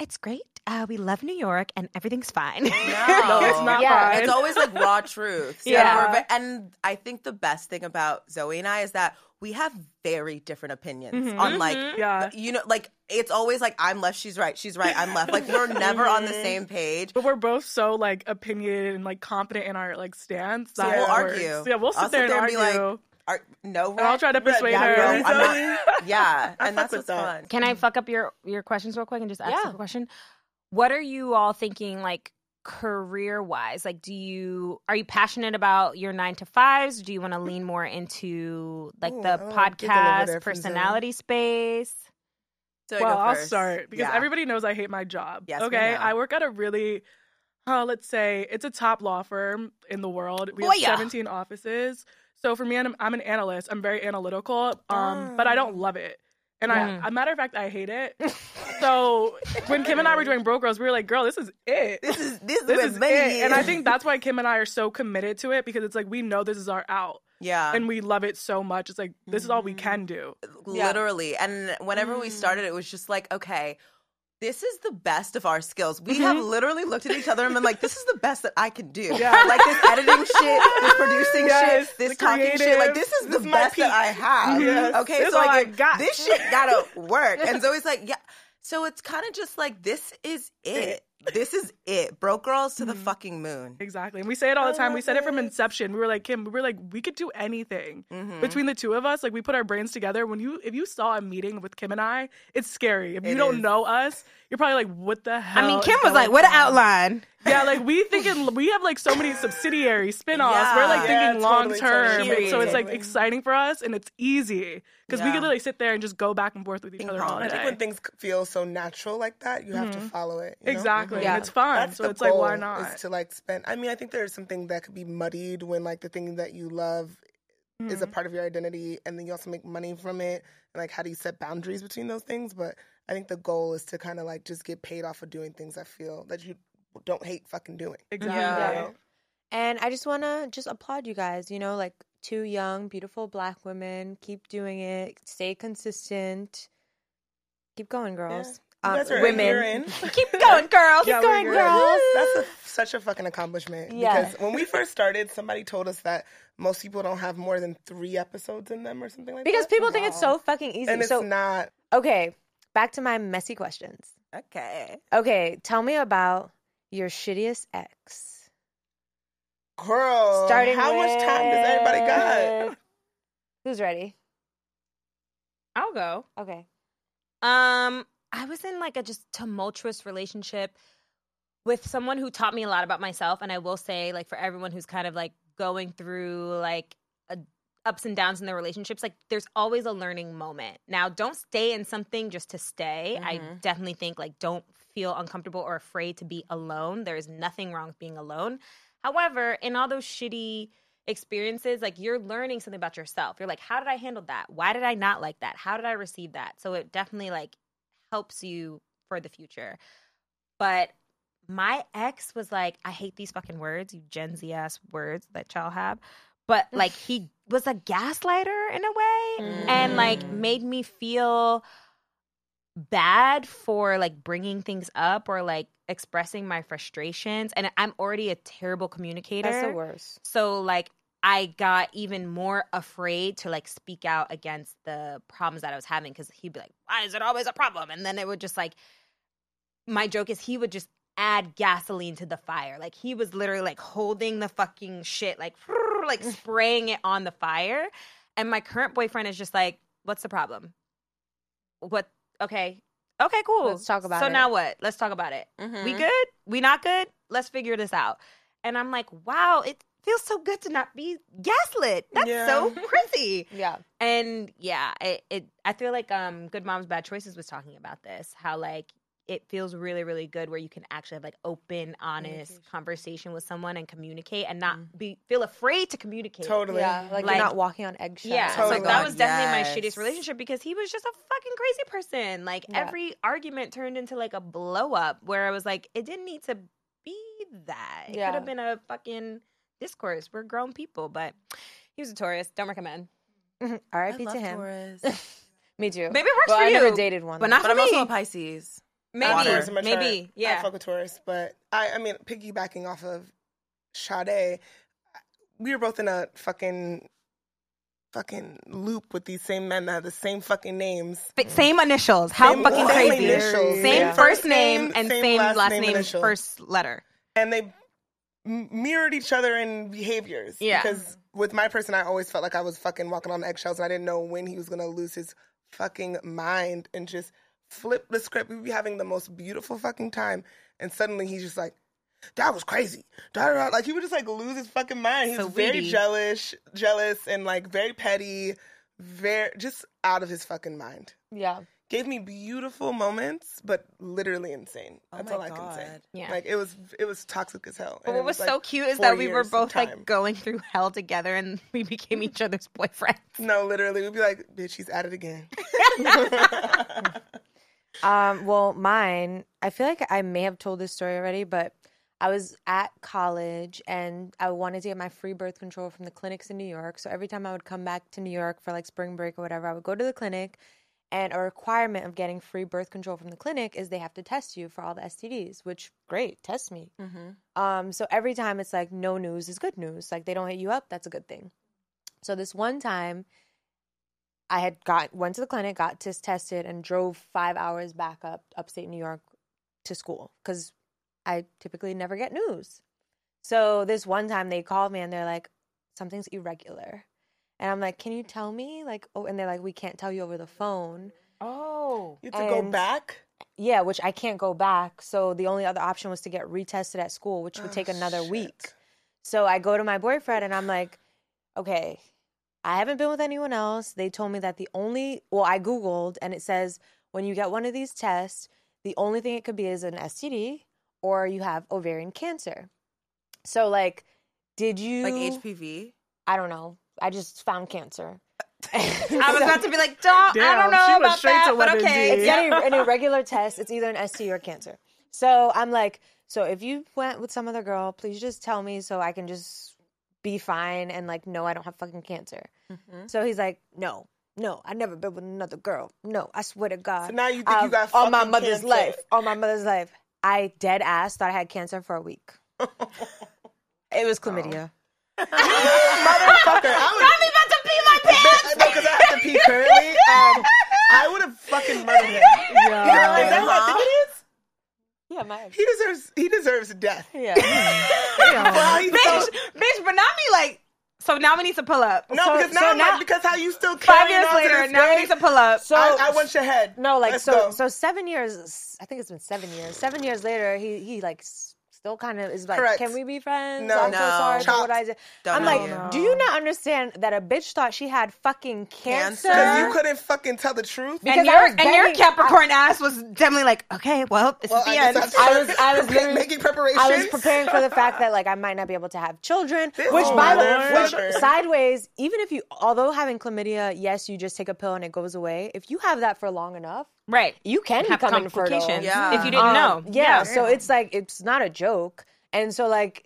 S8: it's great uh, we love new york and everything's fine
S7: No,
S5: No.
S7: it's not
S2: Yeah,
S7: fine.
S5: It's always like raw truths. And,
S8: Yeah.
S5: we're ve- and I think the best thing about Zoe and I is that we have very different opinions
S7: Mhm.
S5: on like,
S3: Mm-hmm.
S5: uh,
S7: yeah.
S5: you know, like it's always like I'm left, she's right, she's right, I'm left. Like we're never on
S7: Mm-hmm.
S5: the same page.
S7: But we're both so like opinionated and like confident in our like stance. That
S5: So we'll
S7: it
S5: argue.
S7: works. Yeah, we'll sit
S5: I'll
S7: there and
S5: be
S7: argue.
S5: like, Are, no,
S7: and I'll
S5: right?
S7: try to persuade
S5: yeah,
S7: her.
S5: no, I'm not- yeah. and that's what's
S3: with that.
S5: fun.
S8: Can I fuck up your your questions real quick and just ask
S2: Yeah.
S8: you a question? What are you all thinking like career wise? Like do you are you passionate about your 9 to 5s? Do you want to lean more into like
S3: Ooh,
S8: the
S3: I love giggle over there
S8: podcast
S3: from Zoe.
S8: personality space?
S5: So I
S7: well,
S5: go
S7: I'll
S5: first.
S7: start because
S5: Yeah.
S7: everybody knows I hate my job.
S5: Yes, we
S7: okay,
S5: know.
S7: I work at a really, uh, let's say it's a top law firm in the world.
S5: Oh,
S7: We
S8: Hoya.
S7: have 17
S5: Oh.
S7: offices. So for me, I'm, I'm an analyst. I'm very analytical, um, but I don't love it. And I, a matter of fact, I hate it. so when Kim and I were doing Bro Girls, we were like, "Girl, this is it. This is
S5: This,
S7: this
S5: was
S7: is
S5: many
S7: it." And I
S5: years.
S7: think that's why Kim and I are so committed to it because it's like we know this is our out,
S5: yeah.
S7: and we love it so much. It's like this is all we can
S8: Mm-hmm.
S7: do.
S5: literally. And whenever
S7: Mm.
S5: we started, it was just like, okay, this is the best of our skills. We have literally looked at each other and been like, this is the best that I can do.
S7: Mm-hmm. Yeah.
S5: Like this editing shit, this producing
S7: Yes,
S5: shit, this
S7: the
S5: talking shit. Like
S7: creative.
S5: this is
S7: This
S5: the
S7: is my
S5: best that I have.
S7: Yes.
S5: Okay,
S7: This
S5: so
S7: all
S5: like,
S7: I got.
S5: this shit gotta work. And Zoe's like, yeah. So it's kind of just like this is it. This is it. Broke girls to the
S7: Mm-hmm.
S5: fucking moon.
S7: Exactly. And we say it all the time. We said it from inception. We were like, Kim, we were like, we could do anything.
S8: Mm-hmm.
S5: Mm-hmm.
S7: Between the two of us, like we put our brains together. When you if you saw a meeting with Kim and I, it's scary. If you
S5: It
S7: don't
S5: is.
S7: know us, you're probably like, what the hell?
S8: I mean,
S7: is
S8: Kim was
S7: going
S8: like, "What an
S7: on?"
S8: outline."
S7: Yeah, like we thinking we have like so many subsidiary spin-offs. We're like
S5: Yeah.
S7: thinking
S3: Yeah,
S7: long
S3: totally,
S7: term.
S3: totally,
S7: And so it's like
S3: totally.
S7: exciting for us and it's easy. Because we
S5: Yeah.
S7: could literally sit there and just go back and forth with each
S5: Ping
S7: other
S5: pong.
S7: all
S5: I
S7: day.
S5: think
S3: When things feel so natural like that, you have to follow it. you know?
S7: Mm-hmm. Exactly.
S2: Yeah.
S7: And it's fun.
S3: That's
S7: so
S3: the
S7: it's like, why
S3: goal,
S7: not?
S3: Is to like spend. I mean, I think there's something that could be muddied when like the thing that you love is
S7: Mm-hmm.
S3: a part of your identity, and then you also make money from it. And like, how do you set boundaries between those things? But I think the goal is to kind of like just get paid off of doing things I feel that you don't hate fucking doing.
S7: Exactly.
S2: Yeah. And I just want to just applaud you guys, you know, like two young, beautiful black women. Keep doing it. Stay consistent. Keep going, girls.
S3: You
S2: Um,
S3: guys are
S2: women.
S3: endearing.
S2: Keep going, girls. Oh, Keep going,
S3: we're
S2: girls.
S3: good. That's a, such a fucking accomplishment.
S2: Yeah.
S3: Because when we first started, somebody told us that most people don't have more than three episodes in them or something like
S2: Because
S3: that.
S2: people think it's so fucking easy.
S3: And it's
S2: so,
S3: not.
S2: okay, back to my messy questions.
S5: Okay.
S2: Okay, tell me about your shittiest ex.
S3: Girl,
S2: Starting
S3: how much time does everybody got?
S2: with- Who's ready?
S1: I'll go.
S2: Okay.
S1: Um, I was in like a just tumultuous relationship with someone who taught me a lot about myself. And I will say, like, for everyone who's kind of like going through like a, ups and downs in their relationships, like, there's always a learning moment. Now, don't stay in something just to stay. I definitely think, like, don't feel uncomfortable or afraid to be alone. There is nothing wrong with being alone. However, in all those shitty experiences, like you're learning something about yourself. You're like, how did I handle that? Why did I not like that? How did I receive that? So it definitely like helps you for the future. But my ex was like, I hate these fucking words, you Gen Z ass words that y'all have. But like he was a gaslighter in a way
S2: Mm.
S1: and like
S7: Mm.
S1: made me feel bad for like bringing things up or like expressing my frustrations and I'm already a terrible communicator.
S2: That's the worst.
S1: So like I got even more afraid to like speak out against the problems that I was having because he'd be like, "Why is it always a problem?" And then it would just like my joke is he would just add gasoline to the fire. Like he was literally like holding the fucking shit like like spraying it on the fire. And my current boyfriend is just like, "What's the problem? What? Okay, okay, cool.
S2: Let's talk about
S1: so
S2: it. Mm-hmm.
S1: now what? Let's talk about it. We good? We not good? Let's figure this out." And I'm like, "Wow, it feels so good to not be gaslit. That's so pretty."
S2: Yeah.
S1: and yeah it, it i feel like um good moms bad choices was talking about this how like it feels really really good where you can actually have like open honest conversation with someone and communicate and not
S2: Mm-hmm.
S1: be feel afraid to communicate
S3: Totally.
S2: Yeah. Like,
S1: Like-
S2: you're not walking on eggshells.
S1: yeah, so
S3: Totally. Oh my
S1: that
S3: God,
S1: was definitely
S5: yes.
S1: my shittiest relationship because he was just a fucking crazy person. Like
S2: Yeah.
S1: every argument turned into like a blow up where I was like, it didn't need to be that. It
S2: Yeah.
S1: could have been a fucking discourse. We're grown people, but he was a Taurus. Don't recommend.
S2: R.I.P. to him. Me too.
S1: Maybe it works
S2: Well,
S1: for
S2: I
S1: you,
S2: never dated one.
S1: but
S2: though.
S1: not
S5: But
S1: for
S5: I'm also
S1: me.
S5: a Pisces.
S3: I don't
S1: Maybe,
S3: use them much
S1: maybe,
S3: for- I
S1: yeah.
S3: fuck with tourists, but I, I mean, piggybacking off of Sade, we were both in a fucking, fucking loop with these same men that had the same fucking names.
S8: But same initials. How
S3: Same-
S8: fucking
S3: same
S8: crazy.
S3: initials.
S8: Same
S3: Yeah.
S8: first name and
S3: Same
S8: same,
S3: last
S8: last,
S3: name
S8: name,
S3: initial.
S8: first letter.
S3: and they m- mirrored each other in behaviors.
S8: Yeah.
S3: Because with my person, I always felt like I was fucking walking on eggshells, and I didn't know when he was gonna lose his fucking mind and just flip the script. We'd be having the most beautiful fucking time, and suddenly he's just like. That was crazy. Da, da, da. Like he would just like lose his fucking mind. He was very
S8: weedy.
S3: jealous, jealous, and like very petty, very just out of his fucking mind.
S2: Yeah.
S3: gave me beautiful moments, but literally insane. That's
S5: my
S3: all I can say.
S5: God.
S8: Yeah.
S3: Like it was it was toxic as hell.
S8: But
S3: And
S8: what
S3: it
S8: was
S3: like,
S8: so cute is
S3: four
S8: that we were
S3: years of
S8: both
S3: time.
S8: like going through hell together and we became each other's boyfriends.
S3: No, literally, we'd be like, bitch, he's at it again.
S2: Um, well, mine, I feel like I may have told this story already, but I was at college and I wanted to get my free birth control from the clinics in New York. So every time I would come back to New York for like spring break or whatever, I would go to the clinic. And a requirement of getting free birth control from the clinic is they have to test you for all the STDs, which great, test me. Um, so every time it's like no news is good news. Like they don't hit you up, that's a good thing. So this one time, I had got went to the clinic, got tis tested, and drove five hours back up upstate New York to school because I typically never get news. So this one time they called me and they're like, something's irregular. And I'm like, can you tell me? Like, oh, and they're like, we can't tell you over the phone.
S8: Oh.
S3: You have to go
S2: And-
S3: back.
S2: Yeah, which I can't go back. So the only other option was to get retested at school, which would
S3: Oh,
S2: take another
S3: shit.
S2: week. So I go to my boyfriend and I'm like, okay, I haven't been with anyone else. They told me that the only, well, I Googled and it says when you get one of these tests, the only thing it could be is an STD or you have ovarian cancer. So, like, did you,
S5: Like HPV.
S2: I don't know. I just found cancer.
S8: I was about to be like, don't, I
S7: Damn,
S8: don't know
S7: she went
S8: about
S7: straight
S8: that,
S7: to
S8: but
S7: 11D.
S8: okay.
S2: it's not a, an irregular test. It's either an ST or cancer. So I'm like, so if you went with some other girl, please just tell me so I can just be fine and like, no, I don't have fucking cancer.
S3: Mm-hmm.
S2: So he's like, no, no, I've never been with another girl. No, I swear to God.
S3: So now you think
S2: Um,
S3: you got
S2: on my
S3: fucking
S2: mother's
S3: cancer.
S2: life, on my mother's life. I dead ass thought I had cancer for a week. it was
S3: Oh.
S2: chlamydia.
S3: Motherfucker, I
S8: about to pee my pants.
S3: would no, because I have to pee currently. Um, I would have fucking murdered him. Is that what I think it is?
S2: Yeah, my
S3: He deserves he deserves death.
S2: yeah.
S3: For how he
S8: bitch,
S3: felt-
S8: bitch, but now me like, so now we need to pull up.
S3: no,
S2: so-
S3: because now
S2: so
S3: I'm
S2: now-
S3: like, because how you still
S8: Five
S3: carrying
S8: years
S3: on to
S8: later,
S3: this
S8: now we
S3: day?
S8: need to pull up. Oh,
S2: So
S3: I, I want your head.
S2: No, like
S3: Let's
S2: so.
S3: go.
S2: So seven years. I think it's been seven years. Seven years later, he he like s- still kind of is like,
S3: Correct.
S2: can we be friends?
S3: No.
S2: I'm so
S5: No.
S2: sorry for what
S3: Chopped.
S2: I did.
S5: Don't
S2: I'm
S5: know
S2: like, do
S5: you.
S2: you not understand that a bitch thought she had fucking cancer?
S3: because you
S5: Cancer.
S3: couldn't fucking tell the truth.
S2: Because
S8: and
S2: I
S8: your,
S2: was
S8: and your
S2: begging-
S8: Capricorn ass was definitely like, okay, well, this
S3: Well,
S8: is the
S3: I
S8: end.
S3: guess
S2: I was I was literally-
S3: making preparations.
S2: I was preparing for the fact that like I might not be able to have children,
S3: This
S2: which by the
S3: motherfucker.
S2: which sideways, even if you although having chlamydia, yes, you just take a pill and it goes away. If you have that for long enough,
S8: right.
S2: you can
S8: have
S2: become infertile.
S8: complications
S5: Yeah.
S8: if you didn't know.
S2: Um, Yeah, so it's like it's not a joke. And so like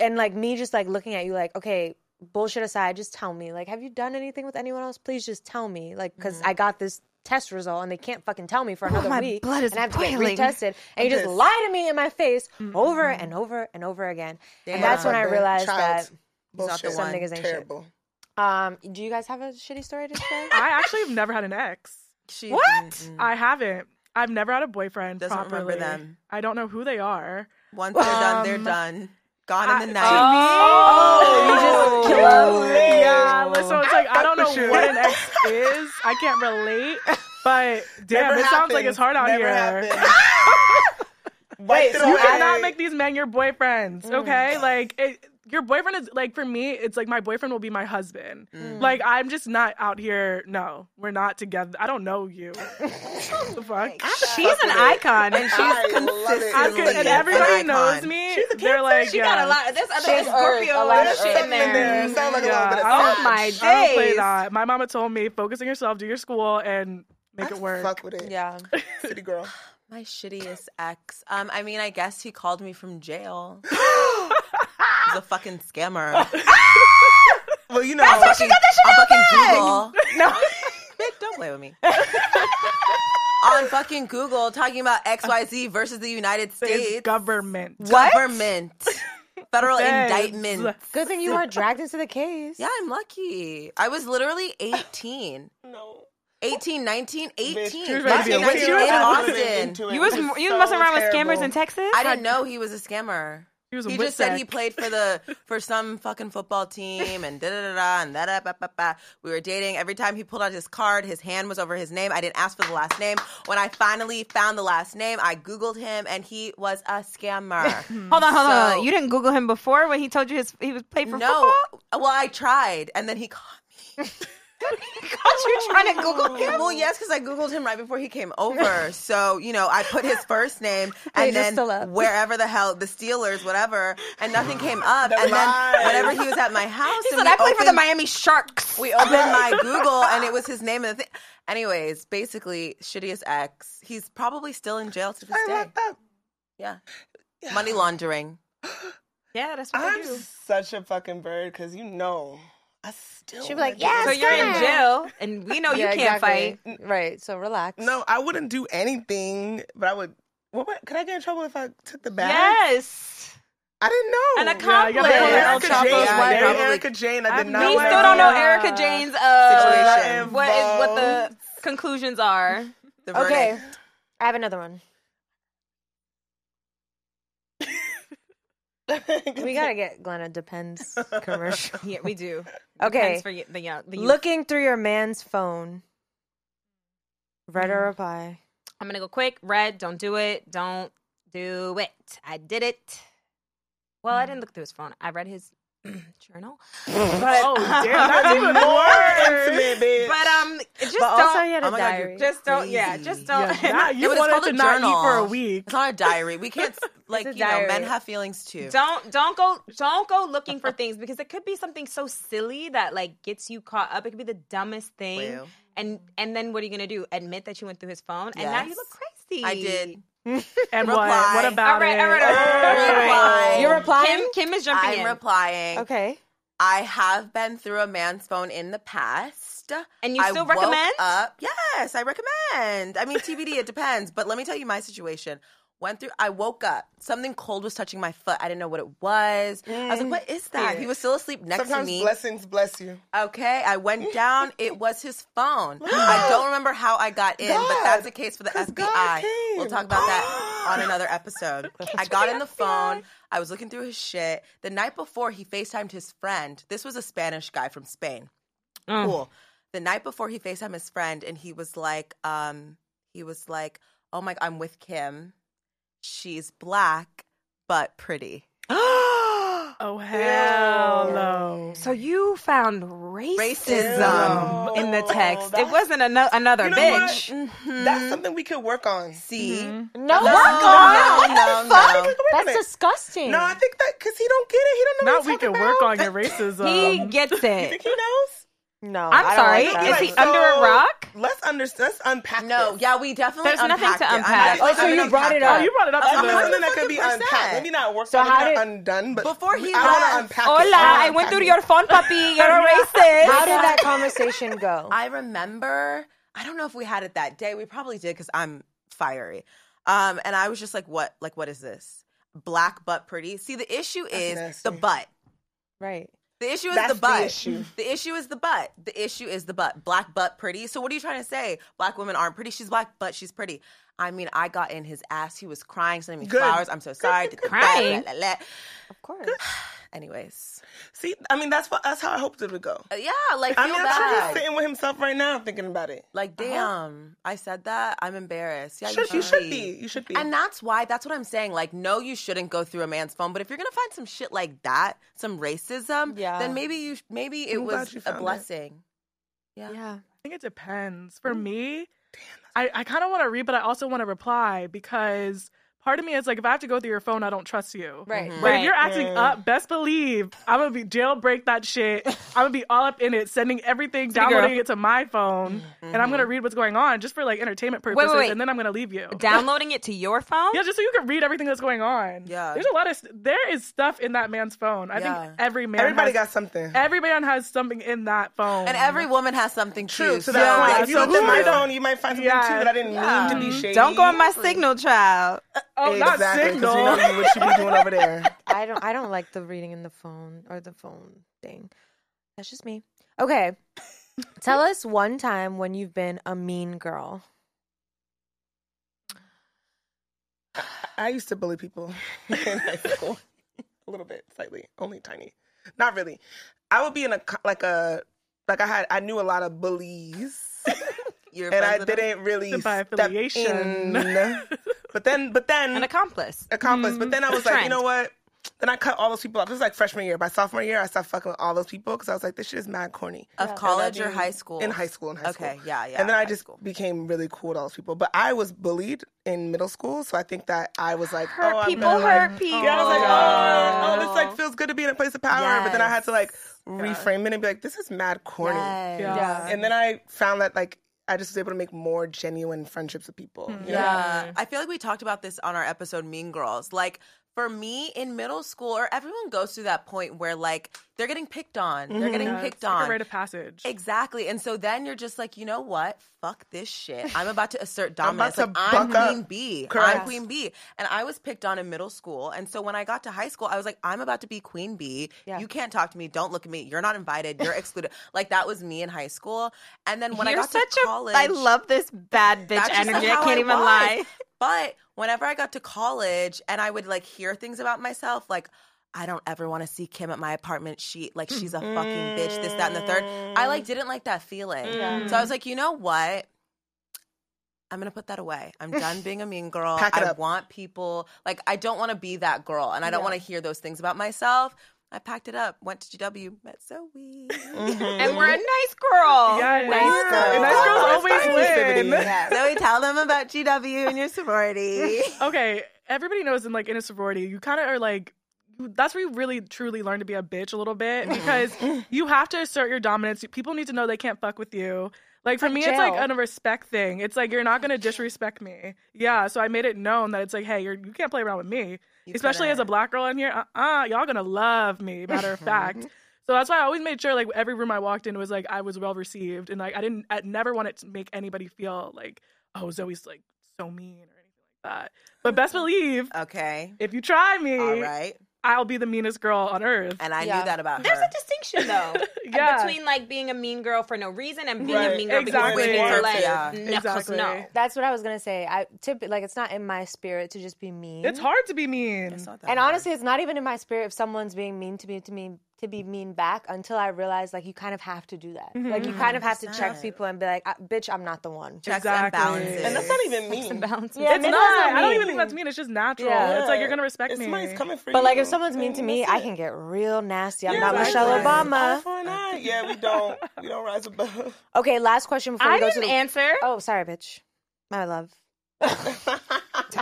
S2: and like me just like looking at you like, okay, bullshit aside, just tell me. Like, have you done anything with anyone else? Please just tell me. Like, because I got this test result and they can't fucking tell me for another
S8: my
S2: week.
S8: blood is
S2: and I have to
S8: boiling.
S2: get retested. And you just
S3: pissed.
S2: lie to me in my face over and over and over again. And that's when I
S3: Fucking
S2: realized
S3: child.
S2: that
S3: Bullshit.
S5: the
S2: some
S5: one.
S2: niggas ain't
S3: Terrible.
S2: shit. Um, do you guys have a shitty story to share?
S7: I actually have never had an ex.
S5: She,
S8: What?
S5: Mm-mm.
S7: I haven't. I've never had a boyfriend
S5: Mm. Doesn't remember
S7: properly.
S5: them.
S7: I don't know who they are.
S5: Once they're done, they're
S7: Um,
S5: done. Gone in the
S7: I-
S5: night.
S2: Oh, you just kill him.
S7: Yeah, like, so it's like I don't know
S3: with you.
S7: what an ex is. I can't relate. But damn,
S3: Never
S7: it sounds like
S3: happened.
S7: it's hard out
S3: Never
S7: here.
S3: happened. Wiped it
S7: You
S3: away.
S7: cannot make these men your
S8: Mm.
S7: boyfriends, okay? Like it, your boyfriend is like for me, it's like my boyfriend will be my husband.
S8: Mm.
S7: Like I'm just not out here. No, we're not together. I don't know you. the fuck?
S8: She's an icon.
S5: And she's
S3: I love it.
S5: consistent.
S7: I
S3: I'm
S7: could,
S3: like an
S7: and everybody
S5: icon.
S7: knows me. They're like,
S8: she
S7: yeah.
S8: got a lot. There's other
S2: She's Earth, a
S8: Scorpio
S2: lot
S8: like,
S2: of
S8: shit
S2: Earth.
S8: in
S3: Something in
S8: there.
S3: there. Sound like a
S7: Yeah,
S3: little bit of
S7: I don't-
S8: Oh my days.
S7: I don't play that. My mama told me, focus on yourself, do your school, and make it work.
S3: Fuck with it.
S2: Yeah.
S3: City girl.
S5: My shittiest ex. Um, I mean, I guess he called me from jail. He's a fucking scammer.
S3: Well, you know, I
S5: she got that shit on fucking Google. No, bitch, don't play with me. on fucking Google, talking about XYZ versus the United
S7: It's
S5: States
S7: government.
S5: government, federal
S7: Feds.
S5: indictment.
S2: Good thing you weren't dragged into the case.
S5: Yeah, I'm lucky. I was literally 18.
S3: No.
S5: 18, 19, 18.
S7: was ready to be a
S5: Fucking
S7: witch.
S5: in
S7: You was-
S5: Austin.
S8: You was you was messing around with scammers in Texas.
S5: I didn't know he was a scammer.
S7: He was a
S5: He
S7: wit
S5: just said he
S7: sack.
S5: played for the for some fucking football team and da da da da and da da ba ba ba. We were dating. Every time he pulled out his card, his hand was over his name. I didn't ask for the last name. When I finally found the last name, I googled him and he was a scammer.
S8: Hold on, hold on, hold
S5: So-
S8: on. You didn't Google him before when he told you his he was played for
S5: no,
S8: football.
S5: well I tried and then he caught me.
S8: you trying to Google him?
S5: Well, yes, because I googled him right before he came over. So you know, I put his first name and
S2: it's still up.
S5: then wherever the hell the Steelers, whatever, and nothing came up. and
S3: lies.
S5: then whenever he was at my house,
S8: He
S5: and
S8: said,
S5: we
S8: I play for the
S5: opened-
S8: Miami Sharks.
S5: We opened my Google and it was his name and the thing. Anyways, basically, shittiest ex. He's probably still in jail to this
S3: I
S5: day.
S3: like that.
S5: Yeah. Money laundering.
S8: yeah, that's what I
S3: I'm
S8: do.
S3: such a fucking bird because you know I still.
S2: She'd be like,
S3: wanna do
S2: "Yeah,
S8: So
S3: this."
S8: you're in jail, and we know you
S2: Yeah,
S8: can't
S2: exactly.
S8: fight.
S2: Right. So relax.
S3: No, I wouldn't do anything, but I would. What, what? Could I get in trouble if I took the bag?
S8: Yes.
S3: I didn't know.
S8: An
S7: Yeah, you gotta
S8: accomplice.
S7: pull that El
S3: Erica
S7: Chapo's
S3: Jane.
S5: wife.
S3: Yeah,
S5: Probably.
S3: Erica Jane. I did
S7: We
S3: not.
S8: we
S3: know
S8: still
S3: that.
S8: don't know
S7: Yeah.
S8: Erica Jane's uh,
S5: Situation.
S8: what is what the conclusions are.
S5: The verdict.
S2: Okay. I have another one. We gotta get Glenn a Depends commercial.
S8: Yeah, we do.
S2: Okay.
S8: Depends for y- the young. The youth.
S2: Looking through your man's phone. Red
S8: Hmm.
S2: or reply.
S8: I'm gonna go quick. Red, don't do it. Don't do it. I did it. Well, I didn't look through his phone. I read his journal. But,
S7: Oh, damn, that's even
S3: more
S7: worse.
S3: intimate, bitch.
S8: but um, just
S5: But also
S8: don't.
S2: he had a
S5: Oh my God,
S2: diary.
S5: you're
S8: just don't. Yeah,
S5: crazy.
S8: just don't.
S7: Yeah, not-
S5: No,
S7: you
S5: but it's
S7: wanted
S5: called
S7: to
S5: a
S7: not eat for a
S5: journal.
S7: week.
S5: It's not a diary. We can't like
S2: a
S5: you know, men
S2: diary.
S5: have feelings too.
S8: Don't don't go don't go looking for things because it could be something so silly that like gets you caught up. It could be the dumbest thing,
S5: Well.
S8: and and then what are you gonna do? Admit that you went through his phone, and now you
S5: Yes.
S8: look crazy.
S5: I did.
S7: And
S5: Reply.
S7: what? What about
S8: All right, all right, all
S7: it?
S8: right. all right.
S5: Reply. You're
S8: Kim, Kim is jumping
S5: I'm
S8: in,
S5: replying.
S2: Okay.
S5: I have been through a man's phone in the past.
S8: and you
S5: I
S8: still
S5: woke
S8: recommend.
S5: Up. Yes, I recommend. I mean, TBD, it depends. But let me tell you my situation. Went through. I woke up. Something cold was touching my foot. I didn't know what it was. I
S8: Mm.
S5: was like, "What is that?" He was still asleep next
S3: Sometimes
S5: to me.
S3: blessings bless you.
S5: Okay, I went down. It was his phone. I don't remember how I got in, but that's a case for the FBI. We'll talk about that on another episode. I got in the phone. I was looking through his shit. The night before, he FaceTimed his friend. This was a Spanish guy from Spain. Cool. The night before, he FaceTimed his friend, and he was like, um, he was like, oh my, I'm with Kim. She's black, but pretty.
S7: Oh hell no.
S8: So you found racism,
S5: Racism.
S8: um, in the text.
S3: Oh, that's-
S8: it wasn't ano- another
S3: You know
S8: bitch.
S3: what? That's something we could work on.
S5: Mm-hmm. See?
S7: Mm-hmm.
S2: No,
S5: No,
S2: work on it.
S5: no, no.
S3: Wait a
S2: That's
S3: minute.
S2: disgusting.
S3: No, I think that because he don't get it. He don't know.
S7: Now
S3: what
S7: we
S3: he's
S7: can
S3: talking
S7: work
S3: about.
S7: on your
S8: He
S7: racism.
S8: gets
S3: Think
S8: it.
S3: he knows?
S2: no.
S8: I'm
S2: I don't
S8: sorry.
S2: like
S3: Be
S2: that.
S8: Is he
S3: like,
S8: under a
S3: so,
S8: rock?
S3: Let's understand. Let's unpack.
S5: No,
S3: this.
S5: yeah, we definitely.
S8: There's nothing
S5: unpacked
S8: to
S5: it. I-
S8: unpack.
S2: Oh, so
S5: I
S2: you
S5: haven't
S2: brought it
S5: unpacked
S2: up.
S7: you brought it up
S3: That's
S7: to
S5: I'm
S7: the
S3: something that could be
S5: 100%.
S3: unpacked. Maybe not worked
S2: So
S3: on,
S2: how
S3: maybe not
S2: did-
S3: undone, but
S5: Before
S3: I
S5: he
S3: want
S5: left-
S3: to unpack.
S8: Hola,
S3: this.
S8: I
S3: wanna
S8: went
S3: unpack
S8: through
S3: this.
S8: your phone, puppy. You're a racist.
S2: How did that conversation go?
S5: I remember. I don't know if we had it that day. We probably did because I'm fiery. Um, and I was just like, what? Like, what is this? Black but pretty. See, the issue is
S3: nasty.
S5: the butt.
S2: Right.
S5: The issue is
S3: That's
S5: the
S3: the
S5: butt.
S3: issue.
S5: The issue is the butt. The issue is the butt. Black butt pretty. So what are you trying to say? Black women aren't pretty. She's black, but she's pretty. I mean, I got in his ass. He was crying, sending me
S3: Good.
S5: flowers. I'm so sorry.
S8: Crying?
S5: La, la, la, la.
S2: Of course.
S5: Anyways,
S3: See, I mean, that's what that's how I hoped it would go.
S5: Uh, yeah, like
S3: I
S5: feel
S3: mean, I'm sure
S5: bad.
S3: he's sitting with himself right now, thinking about it.
S5: Like, damn, I said that. I'm embarrassed. Yeah,
S3: Should- you should be. You should be.
S5: And that's why, that's what I'm saying. Like, no, you shouldn't go through a man's phone. But if you're gonna find some shit like that, some racism,
S2: Yeah.
S5: then maybe you, maybe it
S3: I'm glad
S5: was
S3: you
S5: a
S3: found it.
S5: blessing. Yeah.
S2: Yeah.
S7: I think it depends.
S8: Mm-hmm.
S7: For me, I, I kind of want to read, but I also want to reply because part of me is like, if I have to go through your phone, I don't trust you.
S2: Right.
S7: But if
S8: Right.
S7: you're acting up, best believe I'm gonna be jailbreak that shit. I'm gonna be all up in it, sending everything, downloading it to my phone, and I'm gonna read what's going on just for like entertainment
S8: Mm-hmm. wait,
S7: purposes,
S8: wait.
S7: and then I'm gonna leave you.
S8: Downloading it to your phone?
S7: yeah, just so you can read everything that's going on.
S5: Yeah.
S7: there's a lot of st- there is stuff in that man's phone. I
S5: Yeah.
S7: think every man,
S3: Everybody
S7: has,
S3: got something.
S7: every man has something in that phone,
S5: And every woman has something
S3: True. So
S5: too. So,
S3: that's why
S7: yeah,
S3: if you
S7: so
S3: looked at
S7: who
S3: my
S7: knew?
S3: phone, you might find something
S7: Yeah.
S3: too that I didn't mean to be shady.
S8: Don't go on my signal, child.
S7: oh, not
S3: Exactly, 'cause
S7: signal.
S3: You know what you be doing over there.
S2: I don't I don't like the reading in the phone or the phone thing. That's just me. Okay. Tell us one time when you've been a mean girl.
S3: I used to bully people in high school a little bit, slightly, only tiny, not really. I would be in a co- like a like I had I knew a lot of bullies,
S5: you're
S3: and
S5: friends
S3: I
S5: with them?
S3: didn't really
S7: By
S3: step
S7: affiliation.
S3: in. But then, but then
S8: An accomplice.
S5: Mm-hmm.
S3: accomplice. But then I was like, you know what? Then I cut all those people off. This is like freshman year. By sophomore year, I stopped fucking with all those people because I was like, this shit is mad corny.
S5: Of college or high school?
S3: In high school, in high school.
S5: Okay, yeah, yeah,
S3: And then I
S5: high
S3: just
S5: school.
S3: became really cool with all those people. But I was bullied in middle school, so I think that I was like,
S8: Hurt
S3: oh,
S8: people,
S3: I'm gonna,
S8: hurt
S3: like,
S8: people.
S3: Yeah, I was like, oh, oh, this like feels good to be in a place of power. But then I had to like reframe it and be like, this is mad corny.
S7: Yeah.
S3: And then I found that like I just was able to make more genuine friendships with people.
S5: Hmm.
S3: you know?
S5: Yeah. I feel like we talked about this on our episode Mean Girls. Like for me in middle school or everyone goes through that point where like they're getting picked on.
S3: Mm-hmm.
S5: They're getting
S7: Yeah,
S5: picked
S7: it's like
S5: on.
S7: a rite of passage.
S5: Exactly. And so then you're just like, you know what? Fuck this shit. I'm about to assert
S3: I'm about
S5: dominance.
S3: to
S5: Like, I'm
S3: buck up.
S5: Queen B.
S3: Correct.
S5: am Queen B. And I was picked on in middle school. And so when I got to high school, I was like, I'm about to be Queen B. You can't talk to me. Don't look at me. You're not invited. You're excluded. like that was me in high school. And then when
S8: You're
S5: I got
S8: such
S5: to college,
S8: a. I love this bad bitch
S5: that's just
S8: energy. I
S5: how
S8: can't even
S5: was.
S8: lie.
S5: But whenever I got to college and I would like hear things about myself, like I don't ever want to see Kim at my apartment. She like she's a fucking bitch. This, that, and the third. I
S3: Mm-hmm.
S5: like didn't like that feeling. So I was like, you know what? I'm gonna put that away. I'm done being a mean girl.
S3: Pack it
S5: I
S3: up.
S5: want people like I don't want to be that girl, and I don't want to hear those things about myself. I packed it up. Went to GW. Met Zoe.
S3: Mm.
S8: And we're a nice girl.
S7: Yeah, nice
S5: girl.
S7: And nice girls always win.
S5: Zoe, tell them about GW and your sorority.
S7: okay, everybody knows in like in a sorority, you kind of are like that's where you really truly learn to be a bitch a little bit because you have to assert your dominance. People need to know they can't fuck with you. Like for me, it's like
S2: jail.
S7: an- a respect thing. It's like you're not gonna disrespect me. Yeah, so I made it known that it's like, hey, you're, you can't play around with me, especially as a black girl in here. Uh, uh y'all gonna love me. Matter of fact. So that's why I always made sure, like every room I walked in was like I was well received, and like I didn't, I never wanted to make anybody feel like, oh, Zoe's like so mean or anything like that. But best believe,
S5: Okay.
S7: if you try me,
S3: Mm-hmm.
S5: All right.
S7: I'll be the meanest girl on earth.
S5: And I
S2: Yeah.
S5: knew that about
S8: There's
S5: her.
S8: a distinction though
S7: Yeah.
S8: between like being a mean girl for no reason and being
S3: Right.
S8: a mean girl
S7: Exactly.
S8: because women are like
S5: Yeah.
S8: no, 'cause
S7: Exactly.
S8: no.
S2: That's what I was gonna say. I tip like it's not in my spirit to just be mean.
S7: it's hard to be mean.
S2: and honestly, it's not even in my spirit if someone's being mean to me to me to be mean back until I realize like you kind of have to do that.
S7: Mm-hmm.
S2: Like you kind of have to check people and be like, "I- "Bitch, I'm not the one."
S5: checks
S7: Exactly.
S5: and balances.
S3: And that's not even mean.
S2: Yeah,
S7: it's not. I don't even think that's mean. It's just natural.
S2: Yeah.
S7: It's like you're gonna respect
S3: If
S7: me.
S3: somebody's coming for you.
S2: But like if someone's
S3: then
S2: mean to me,
S3: that's
S2: I
S3: it.
S2: can get real nasty. I'm
S3: Yeah,
S2: not
S3: exactly.
S2: Michelle
S3: Eye
S7: oh,
S2: Obama.
S3: for an eye. Yeah, we don't. We don't rise above.
S2: Okay, last question before
S8: I
S2: we go to
S8: didn't
S2: the
S8: answer.
S2: Oh, sorry, bitch. My love.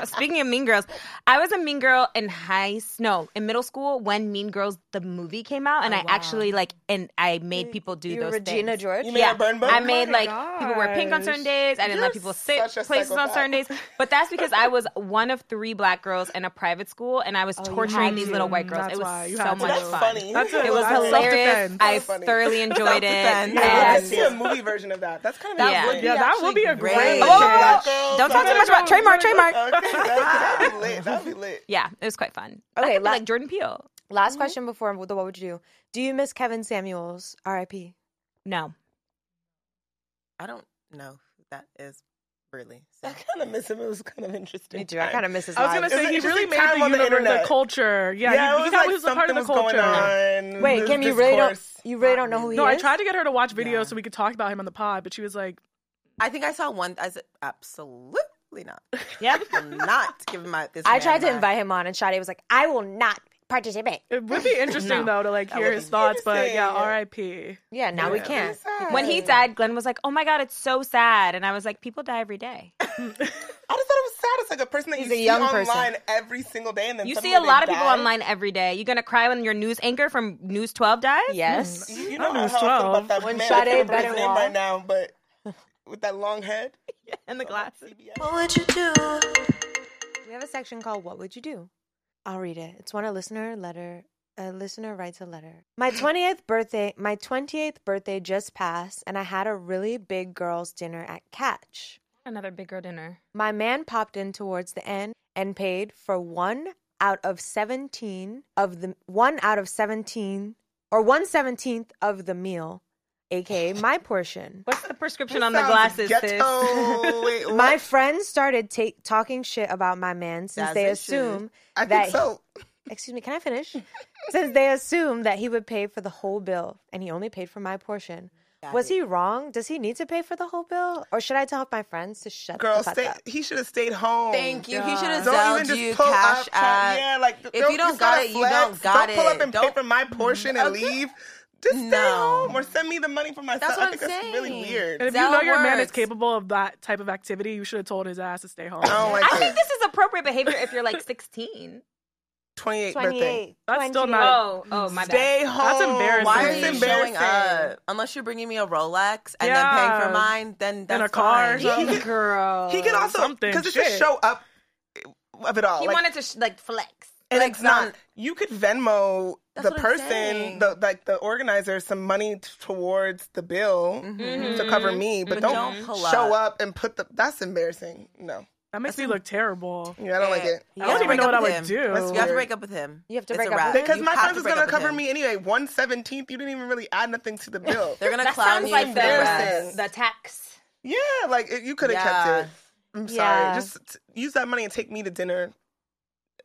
S8: Speaking of mean girls, I was a mean girl in high s- no in middle school when Mean Girls the movie came out, and I actually like and I made people do
S2: You
S8: those
S2: Regina
S8: things.
S2: George.
S3: You made a burn book?
S8: I made like
S7: gosh.
S8: people wear pink on certain days. I didn't let people sit
S3: such a
S8: places on
S3: psychopath.
S8: certain days. But that's because I was one of three black girls in a private school, and
S7: Oh,
S8: I was torturing these little white girls.
S7: That's
S8: it was
S7: why. You
S8: so
S7: had to.
S8: much
S3: That's
S8: fun.
S3: funny.
S7: That's
S8: It was
S7: That's
S8: hilarious.
S7: self-defense.
S8: I
S3: funny.
S8: thougly enjoyed it.
S5: Self-defense.
S3: I
S8: and-
S3: could see a movie version of that. That's kind of
S8: Yeah.
S3: lit.
S7: yeah, that would be a
S5: actually
S7: great.
S5: great.
S8: Oh,
S3: Black girls,
S8: don't talk
S3: black
S8: too much about
S3: girls.
S8: trademark, trademark.
S3: Okay, that would be lit. That would be lit.
S8: Yeah, it was quite fun.
S2: Okay,
S8: Okay,
S2: la-
S8: like Jordan Peele.
S2: Last question before the what would you do? Do you miss Kevin Samuels? R.I.P.
S8: No,
S5: I don't know who that is really. So.
S3: I kind of miss him. It was kind of interesting.
S2: Me too. I kind of miss his.
S7: I was
S2: vibe.
S7: gonna
S3: It's an
S7: say he really
S3: interesting
S7: made
S3: time
S7: the
S3: on the
S7: universe, the,
S3: internet.
S7: culture. Yeah,
S3: Yeah,
S7: he,
S3: it
S7: he
S3: was
S7: thought
S3: like
S7: he was a part of
S3: something
S7: the
S3: was going
S7: culture.
S3: on.
S2: Wait,
S3: There's
S2: Kim, you really don't.
S3: discourse.
S2: You really don't know who he
S7: No,
S2: is.
S7: I tried to get her to watch videos
S5: Yeah.
S7: so we could talk about him on the pod, but she was like,
S5: I think I saw one. I said, absolutely not.
S8: Yep.
S5: I'm not giving my. This
S2: I
S5: man
S2: tried to
S5: my-
S2: invite him on, and Sade was like, "I will not participate."
S7: it would be interesting though to like hear
S5: would
S7: his
S5: be
S7: thoughts, but yeah,
S3: interesting.
S7: R.I.P.
S2: Yeah, now we can't.
S8: When he died, Glenn was like, "Oh my god, it's so sad," and I was like, "People die every day.
S3: I just thought it was sad. It's like a person that
S2: He's
S3: you
S2: a
S3: see
S2: young person.
S3: online every single day, and then
S8: You see
S3: suddenly
S8: a
S3: they
S8: lot of people
S3: die.
S8: online every day. You're gonna cry when your news anchor from News 12 dies.
S2: Yes.
S3: You you know
S7: When I
S3: how I
S7: was
S3: feel
S7: 12.
S3: about that
S2: When
S3: man. I
S2: Sade
S3: can't remember his
S2: Better
S3: name
S2: Wall-
S3: right now, but with that long head.
S8: and the glasses.
S2: Mm. We have a section called "What Would You Do." I'll read it. It's when a listener letter. A listener writes a letter. My 28th birthday, my 28th birthday just passed, and I had a really big girls' dinner at Catch.
S8: Another big girl dinner.
S2: My man popped in towards the end and paid for one out of 17 of the one out of 17 or one seventeenth of the meal, aka my portion.
S8: What's the prescription on the glasses, sis?
S3: Ghetto. Wait, what?
S2: My friends started ta- talking shit about my man since
S5: As
S2: they
S5: they should.
S2: assume
S3: I
S2: that
S3: think so.
S2: excuse me, can I finish? Since they assumed that he would pay for the whole bill and he only paid for my portion. Was he wrong? Does he need to pay for the whole bill, or should I tell my friends to shut
S3: Girl,
S2: the fuck
S3: stay,
S2: up?
S3: he should have stayed home.
S5: Thank you. He should have
S3: Don't even
S5: zelled
S3: just
S5: you
S3: pull
S5: cash
S3: up.
S5: app.
S3: yeah, like
S5: if
S3: don't-
S5: you don't
S3: it's not
S5: got
S3: a
S5: it, you
S3: flex.
S5: don't got it.
S3: pull up and
S5: Don't-
S3: pay for my portion and
S5: Okay.
S3: leave. Just stay
S5: No.
S3: home or send me the money for myself.
S5: That's what
S3: I
S5: I'm
S3: think that's really
S5: saying.
S3: weird.
S7: And if
S5: Zell
S7: you know your man is
S5: works.
S7: capable of that type of activity, you should have told his ass to stay home.
S3: I don't Oh, like
S1: I
S3: it.
S1: think this is appropriate behavior if you're like 16.
S3: 28 birthday.
S2: 28.
S7: That's still
S2: 28.
S7: not-
S1: Oh, oh my bad.
S3: Stay home.
S7: embarrassing.
S5: Why are
S7: It's
S5: you showing up? Unless you're bringing me a Rolex and then paying
S7: Yeah.
S5: for mine, then that's
S7: a car or
S5: fine. Mm-hmm,
S3: He could-
S1: Girl.
S3: He could also
S7: something,
S3: because it's a
S7: shit.
S3: show up of it all.
S1: He
S3: like,
S1: wanted to sh- like flex.
S3: and
S5: like,
S3: it's not.
S5: not-
S3: You could Venmo
S5: That's
S3: the
S5: what I'm
S3: person,
S5: saying.
S3: the like the organizer, some money t- towards the bill
S2: Mm-hmm.
S5: mm-hmm.
S3: to cover me, but,
S5: But
S3: don't,
S5: don't pull
S3: show
S5: up.
S3: up and put the. That's embarrassing. No,
S7: That makes me look terrible.
S3: yeah, I don't like it.
S7: I don't even know what I would do.
S3: That's
S5: You have to
S3: weird.
S5: break up with him.
S2: You have to
S5: It's
S2: break
S5: a
S2: up
S5: wrap.
S2: with him.
S3: Because
S5: You
S3: my
S5: have
S3: friends
S5: to
S3: was
S5: break
S3: gonna
S5: up with
S3: cover
S5: him.
S3: me anyway. One seventeenth, you didn't even really add nothing to the bill.
S5: They're gonna
S1: That
S5: clown
S1: sounds
S5: you
S1: like
S5: for
S1: the,
S5: the
S3: embarrassing.
S5: rest.
S1: the tax.
S3: yeah, like it, you could have
S5: Yeah.
S3: kept it. I'm sorry.
S2: Yeah.
S3: Just t- use that money and take me to dinner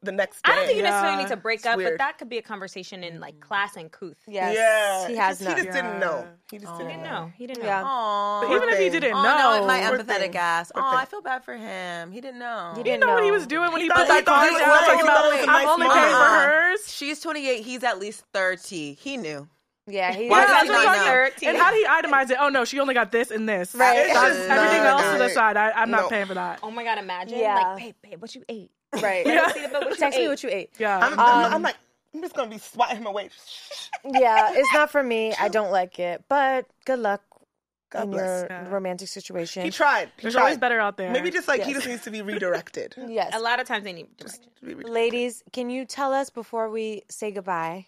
S3: the next day.
S1: I don't think you necessarily
S7: Yeah,
S1: need to break
S3: it's
S1: up, but
S3: weird.
S1: that could be a conversation in like class and couth.
S2: Yes.
S3: Yeah,
S2: He
S3: it
S2: has
S3: just- He
S2: none.
S3: just didn't know. He just
S1: He
S3: didn't
S1: didn't
S3: know.
S1: know. He didn't
S2: Yeah.
S1: know.
S5: Aw.
S7: But even if he
S3: thing.
S7: didn't
S5: Oh,
S7: know,
S5: no, my
S3: Poor
S5: empathetic
S3: thing.
S5: ass.
S3: Poor
S5: Oh, I
S3: thing.
S5: feel bad for him. He didn't know.
S2: He
S7: he
S2: didn't
S7: didn't know what he was doing when he
S3: thought
S7: put
S3: he
S7: that
S3: thought
S7: car
S3: he was-
S7: down.
S3: he
S7: Like,
S3: thought it was a
S7: I'm
S3: nice
S7: only paying for
S3: mom.
S7: hers.
S5: She's 28. He's at least 30. He knew.
S2: Yeah, he
S5: Why
S7: Yeah,
S5: does
S7: that's
S5: he
S7: what
S5: not
S7: I'm
S5: know?
S7: saying. And how do he itemize it? Oh no, she only got this and this.
S2: Right.
S3: It's
S7: That's
S3: just
S7: everything
S3: not
S7: else to the
S3: good.
S7: side. I, I'm
S3: No.
S7: not paying for that.
S1: Oh my god, imagine.
S2: Yeah.
S1: Like, babe, babe, what you ate?
S2: Right. Text me what you ate.
S7: Yeah.
S3: I'm, I'm, I'm like, I'm just gonna be swatting him away.
S2: Yeah, it's not for me. I don't like it. But good luck
S3: God
S2: in
S3: bless.
S2: your romantic situation.
S3: He tried. He
S7: There's
S3: tried.
S7: always better out there.
S3: Maybe just like he just needs to be redirected.
S2: yes.
S1: A lot of times they need direction.
S2: Ladies, can you tell us before we say goodbye?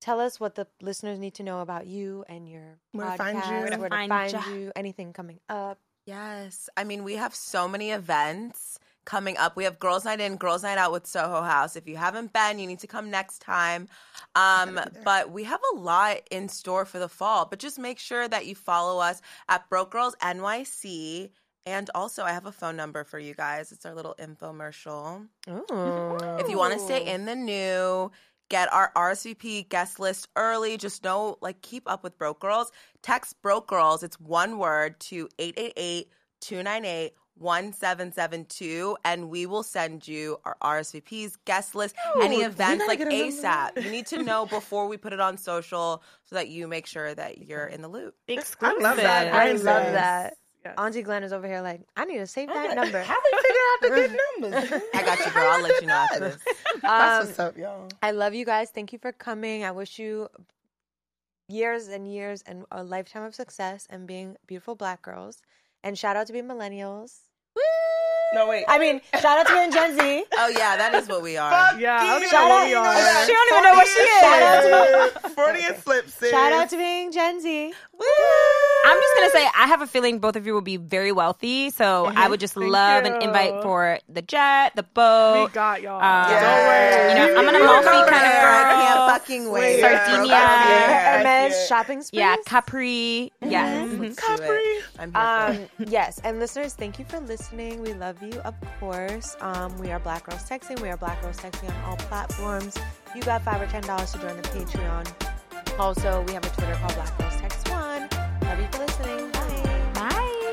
S2: Tell us what the listeners need to know about you and your
S3: Where to
S2: podcast,
S3: find you.
S2: where to find,
S1: ya.
S2: you, anything coming up.
S5: Yes. I mean, we have so many events coming up. We have Girls Night In, Girls Night Out with Soho House. If you haven't been, you need to come next time. Um, but we have a lot in store for the fall. But just make sure that you follow us at Broke Girls NYC. And also, I have a phone number for you guys. It's our little infomercial. If you want to
S7: Oh.
S5: stay in the new, get our RSVP guest list early. Just know, like, keep up with Broke Girls. Text Broke Girls, it's one word, to 888 298 1772, and we will send you our RSVPs, guest list, any events like ASAP. You need to know before we put it on social so that you make sure that you're in the loop.
S3: I love that.
S2: I
S3: Brain
S2: love
S3: cells.
S2: that. Auntie Glenn is over here like, I need to save that number.
S3: How we figure out the good numbers?
S5: I got you, girl. I'll let you know after this.
S3: That's what's up, y'all.
S2: I love you guys. Thank you for coming. I wish you years and years and a lifetime of success and being beautiful black girls. And shout out to being millennials.
S3: No wait.
S2: I mean, shout out to being Gen Z.
S5: Oh, yeah, that is what we are.
S7: Yeah, I'll
S3: Fucking
S7: shout
S3: hell,
S7: out-
S3: you know that.
S2: She don't even know what she is. Shout out
S3: Forty Freudian slip, sis.
S2: Shout out to being Gen Z.
S8: I'm just gonna say I have a feeling both of you will be very wealthy, so
S3: Mm-hmm.
S8: I would just love an invite for the jet, the boat.
S7: We got y'all.
S8: Um,
S3: Yes.
S8: You know, I'm an
S3: You
S8: Amalfi
S3: know
S8: kind
S3: that.
S8: of
S5: I
S8: girl.
S5: can't fucking wait.
S8: Sardinia.
S3: Yeah.
S2: Uh, Hermes shopping spree.
S8: Yeah, Capri. Yes.
S5: Let's do it. I'm here for it.
S2: Um, yes, and listeners, thank you for listening. We love you, of course. Um, we are Black Girls Texting. We are Black Girls Texting on all platforms. You got five or ten dollars to join the Patreon. Also, we have a Twitter called Black Girls Text One. Love you for listening. Bye.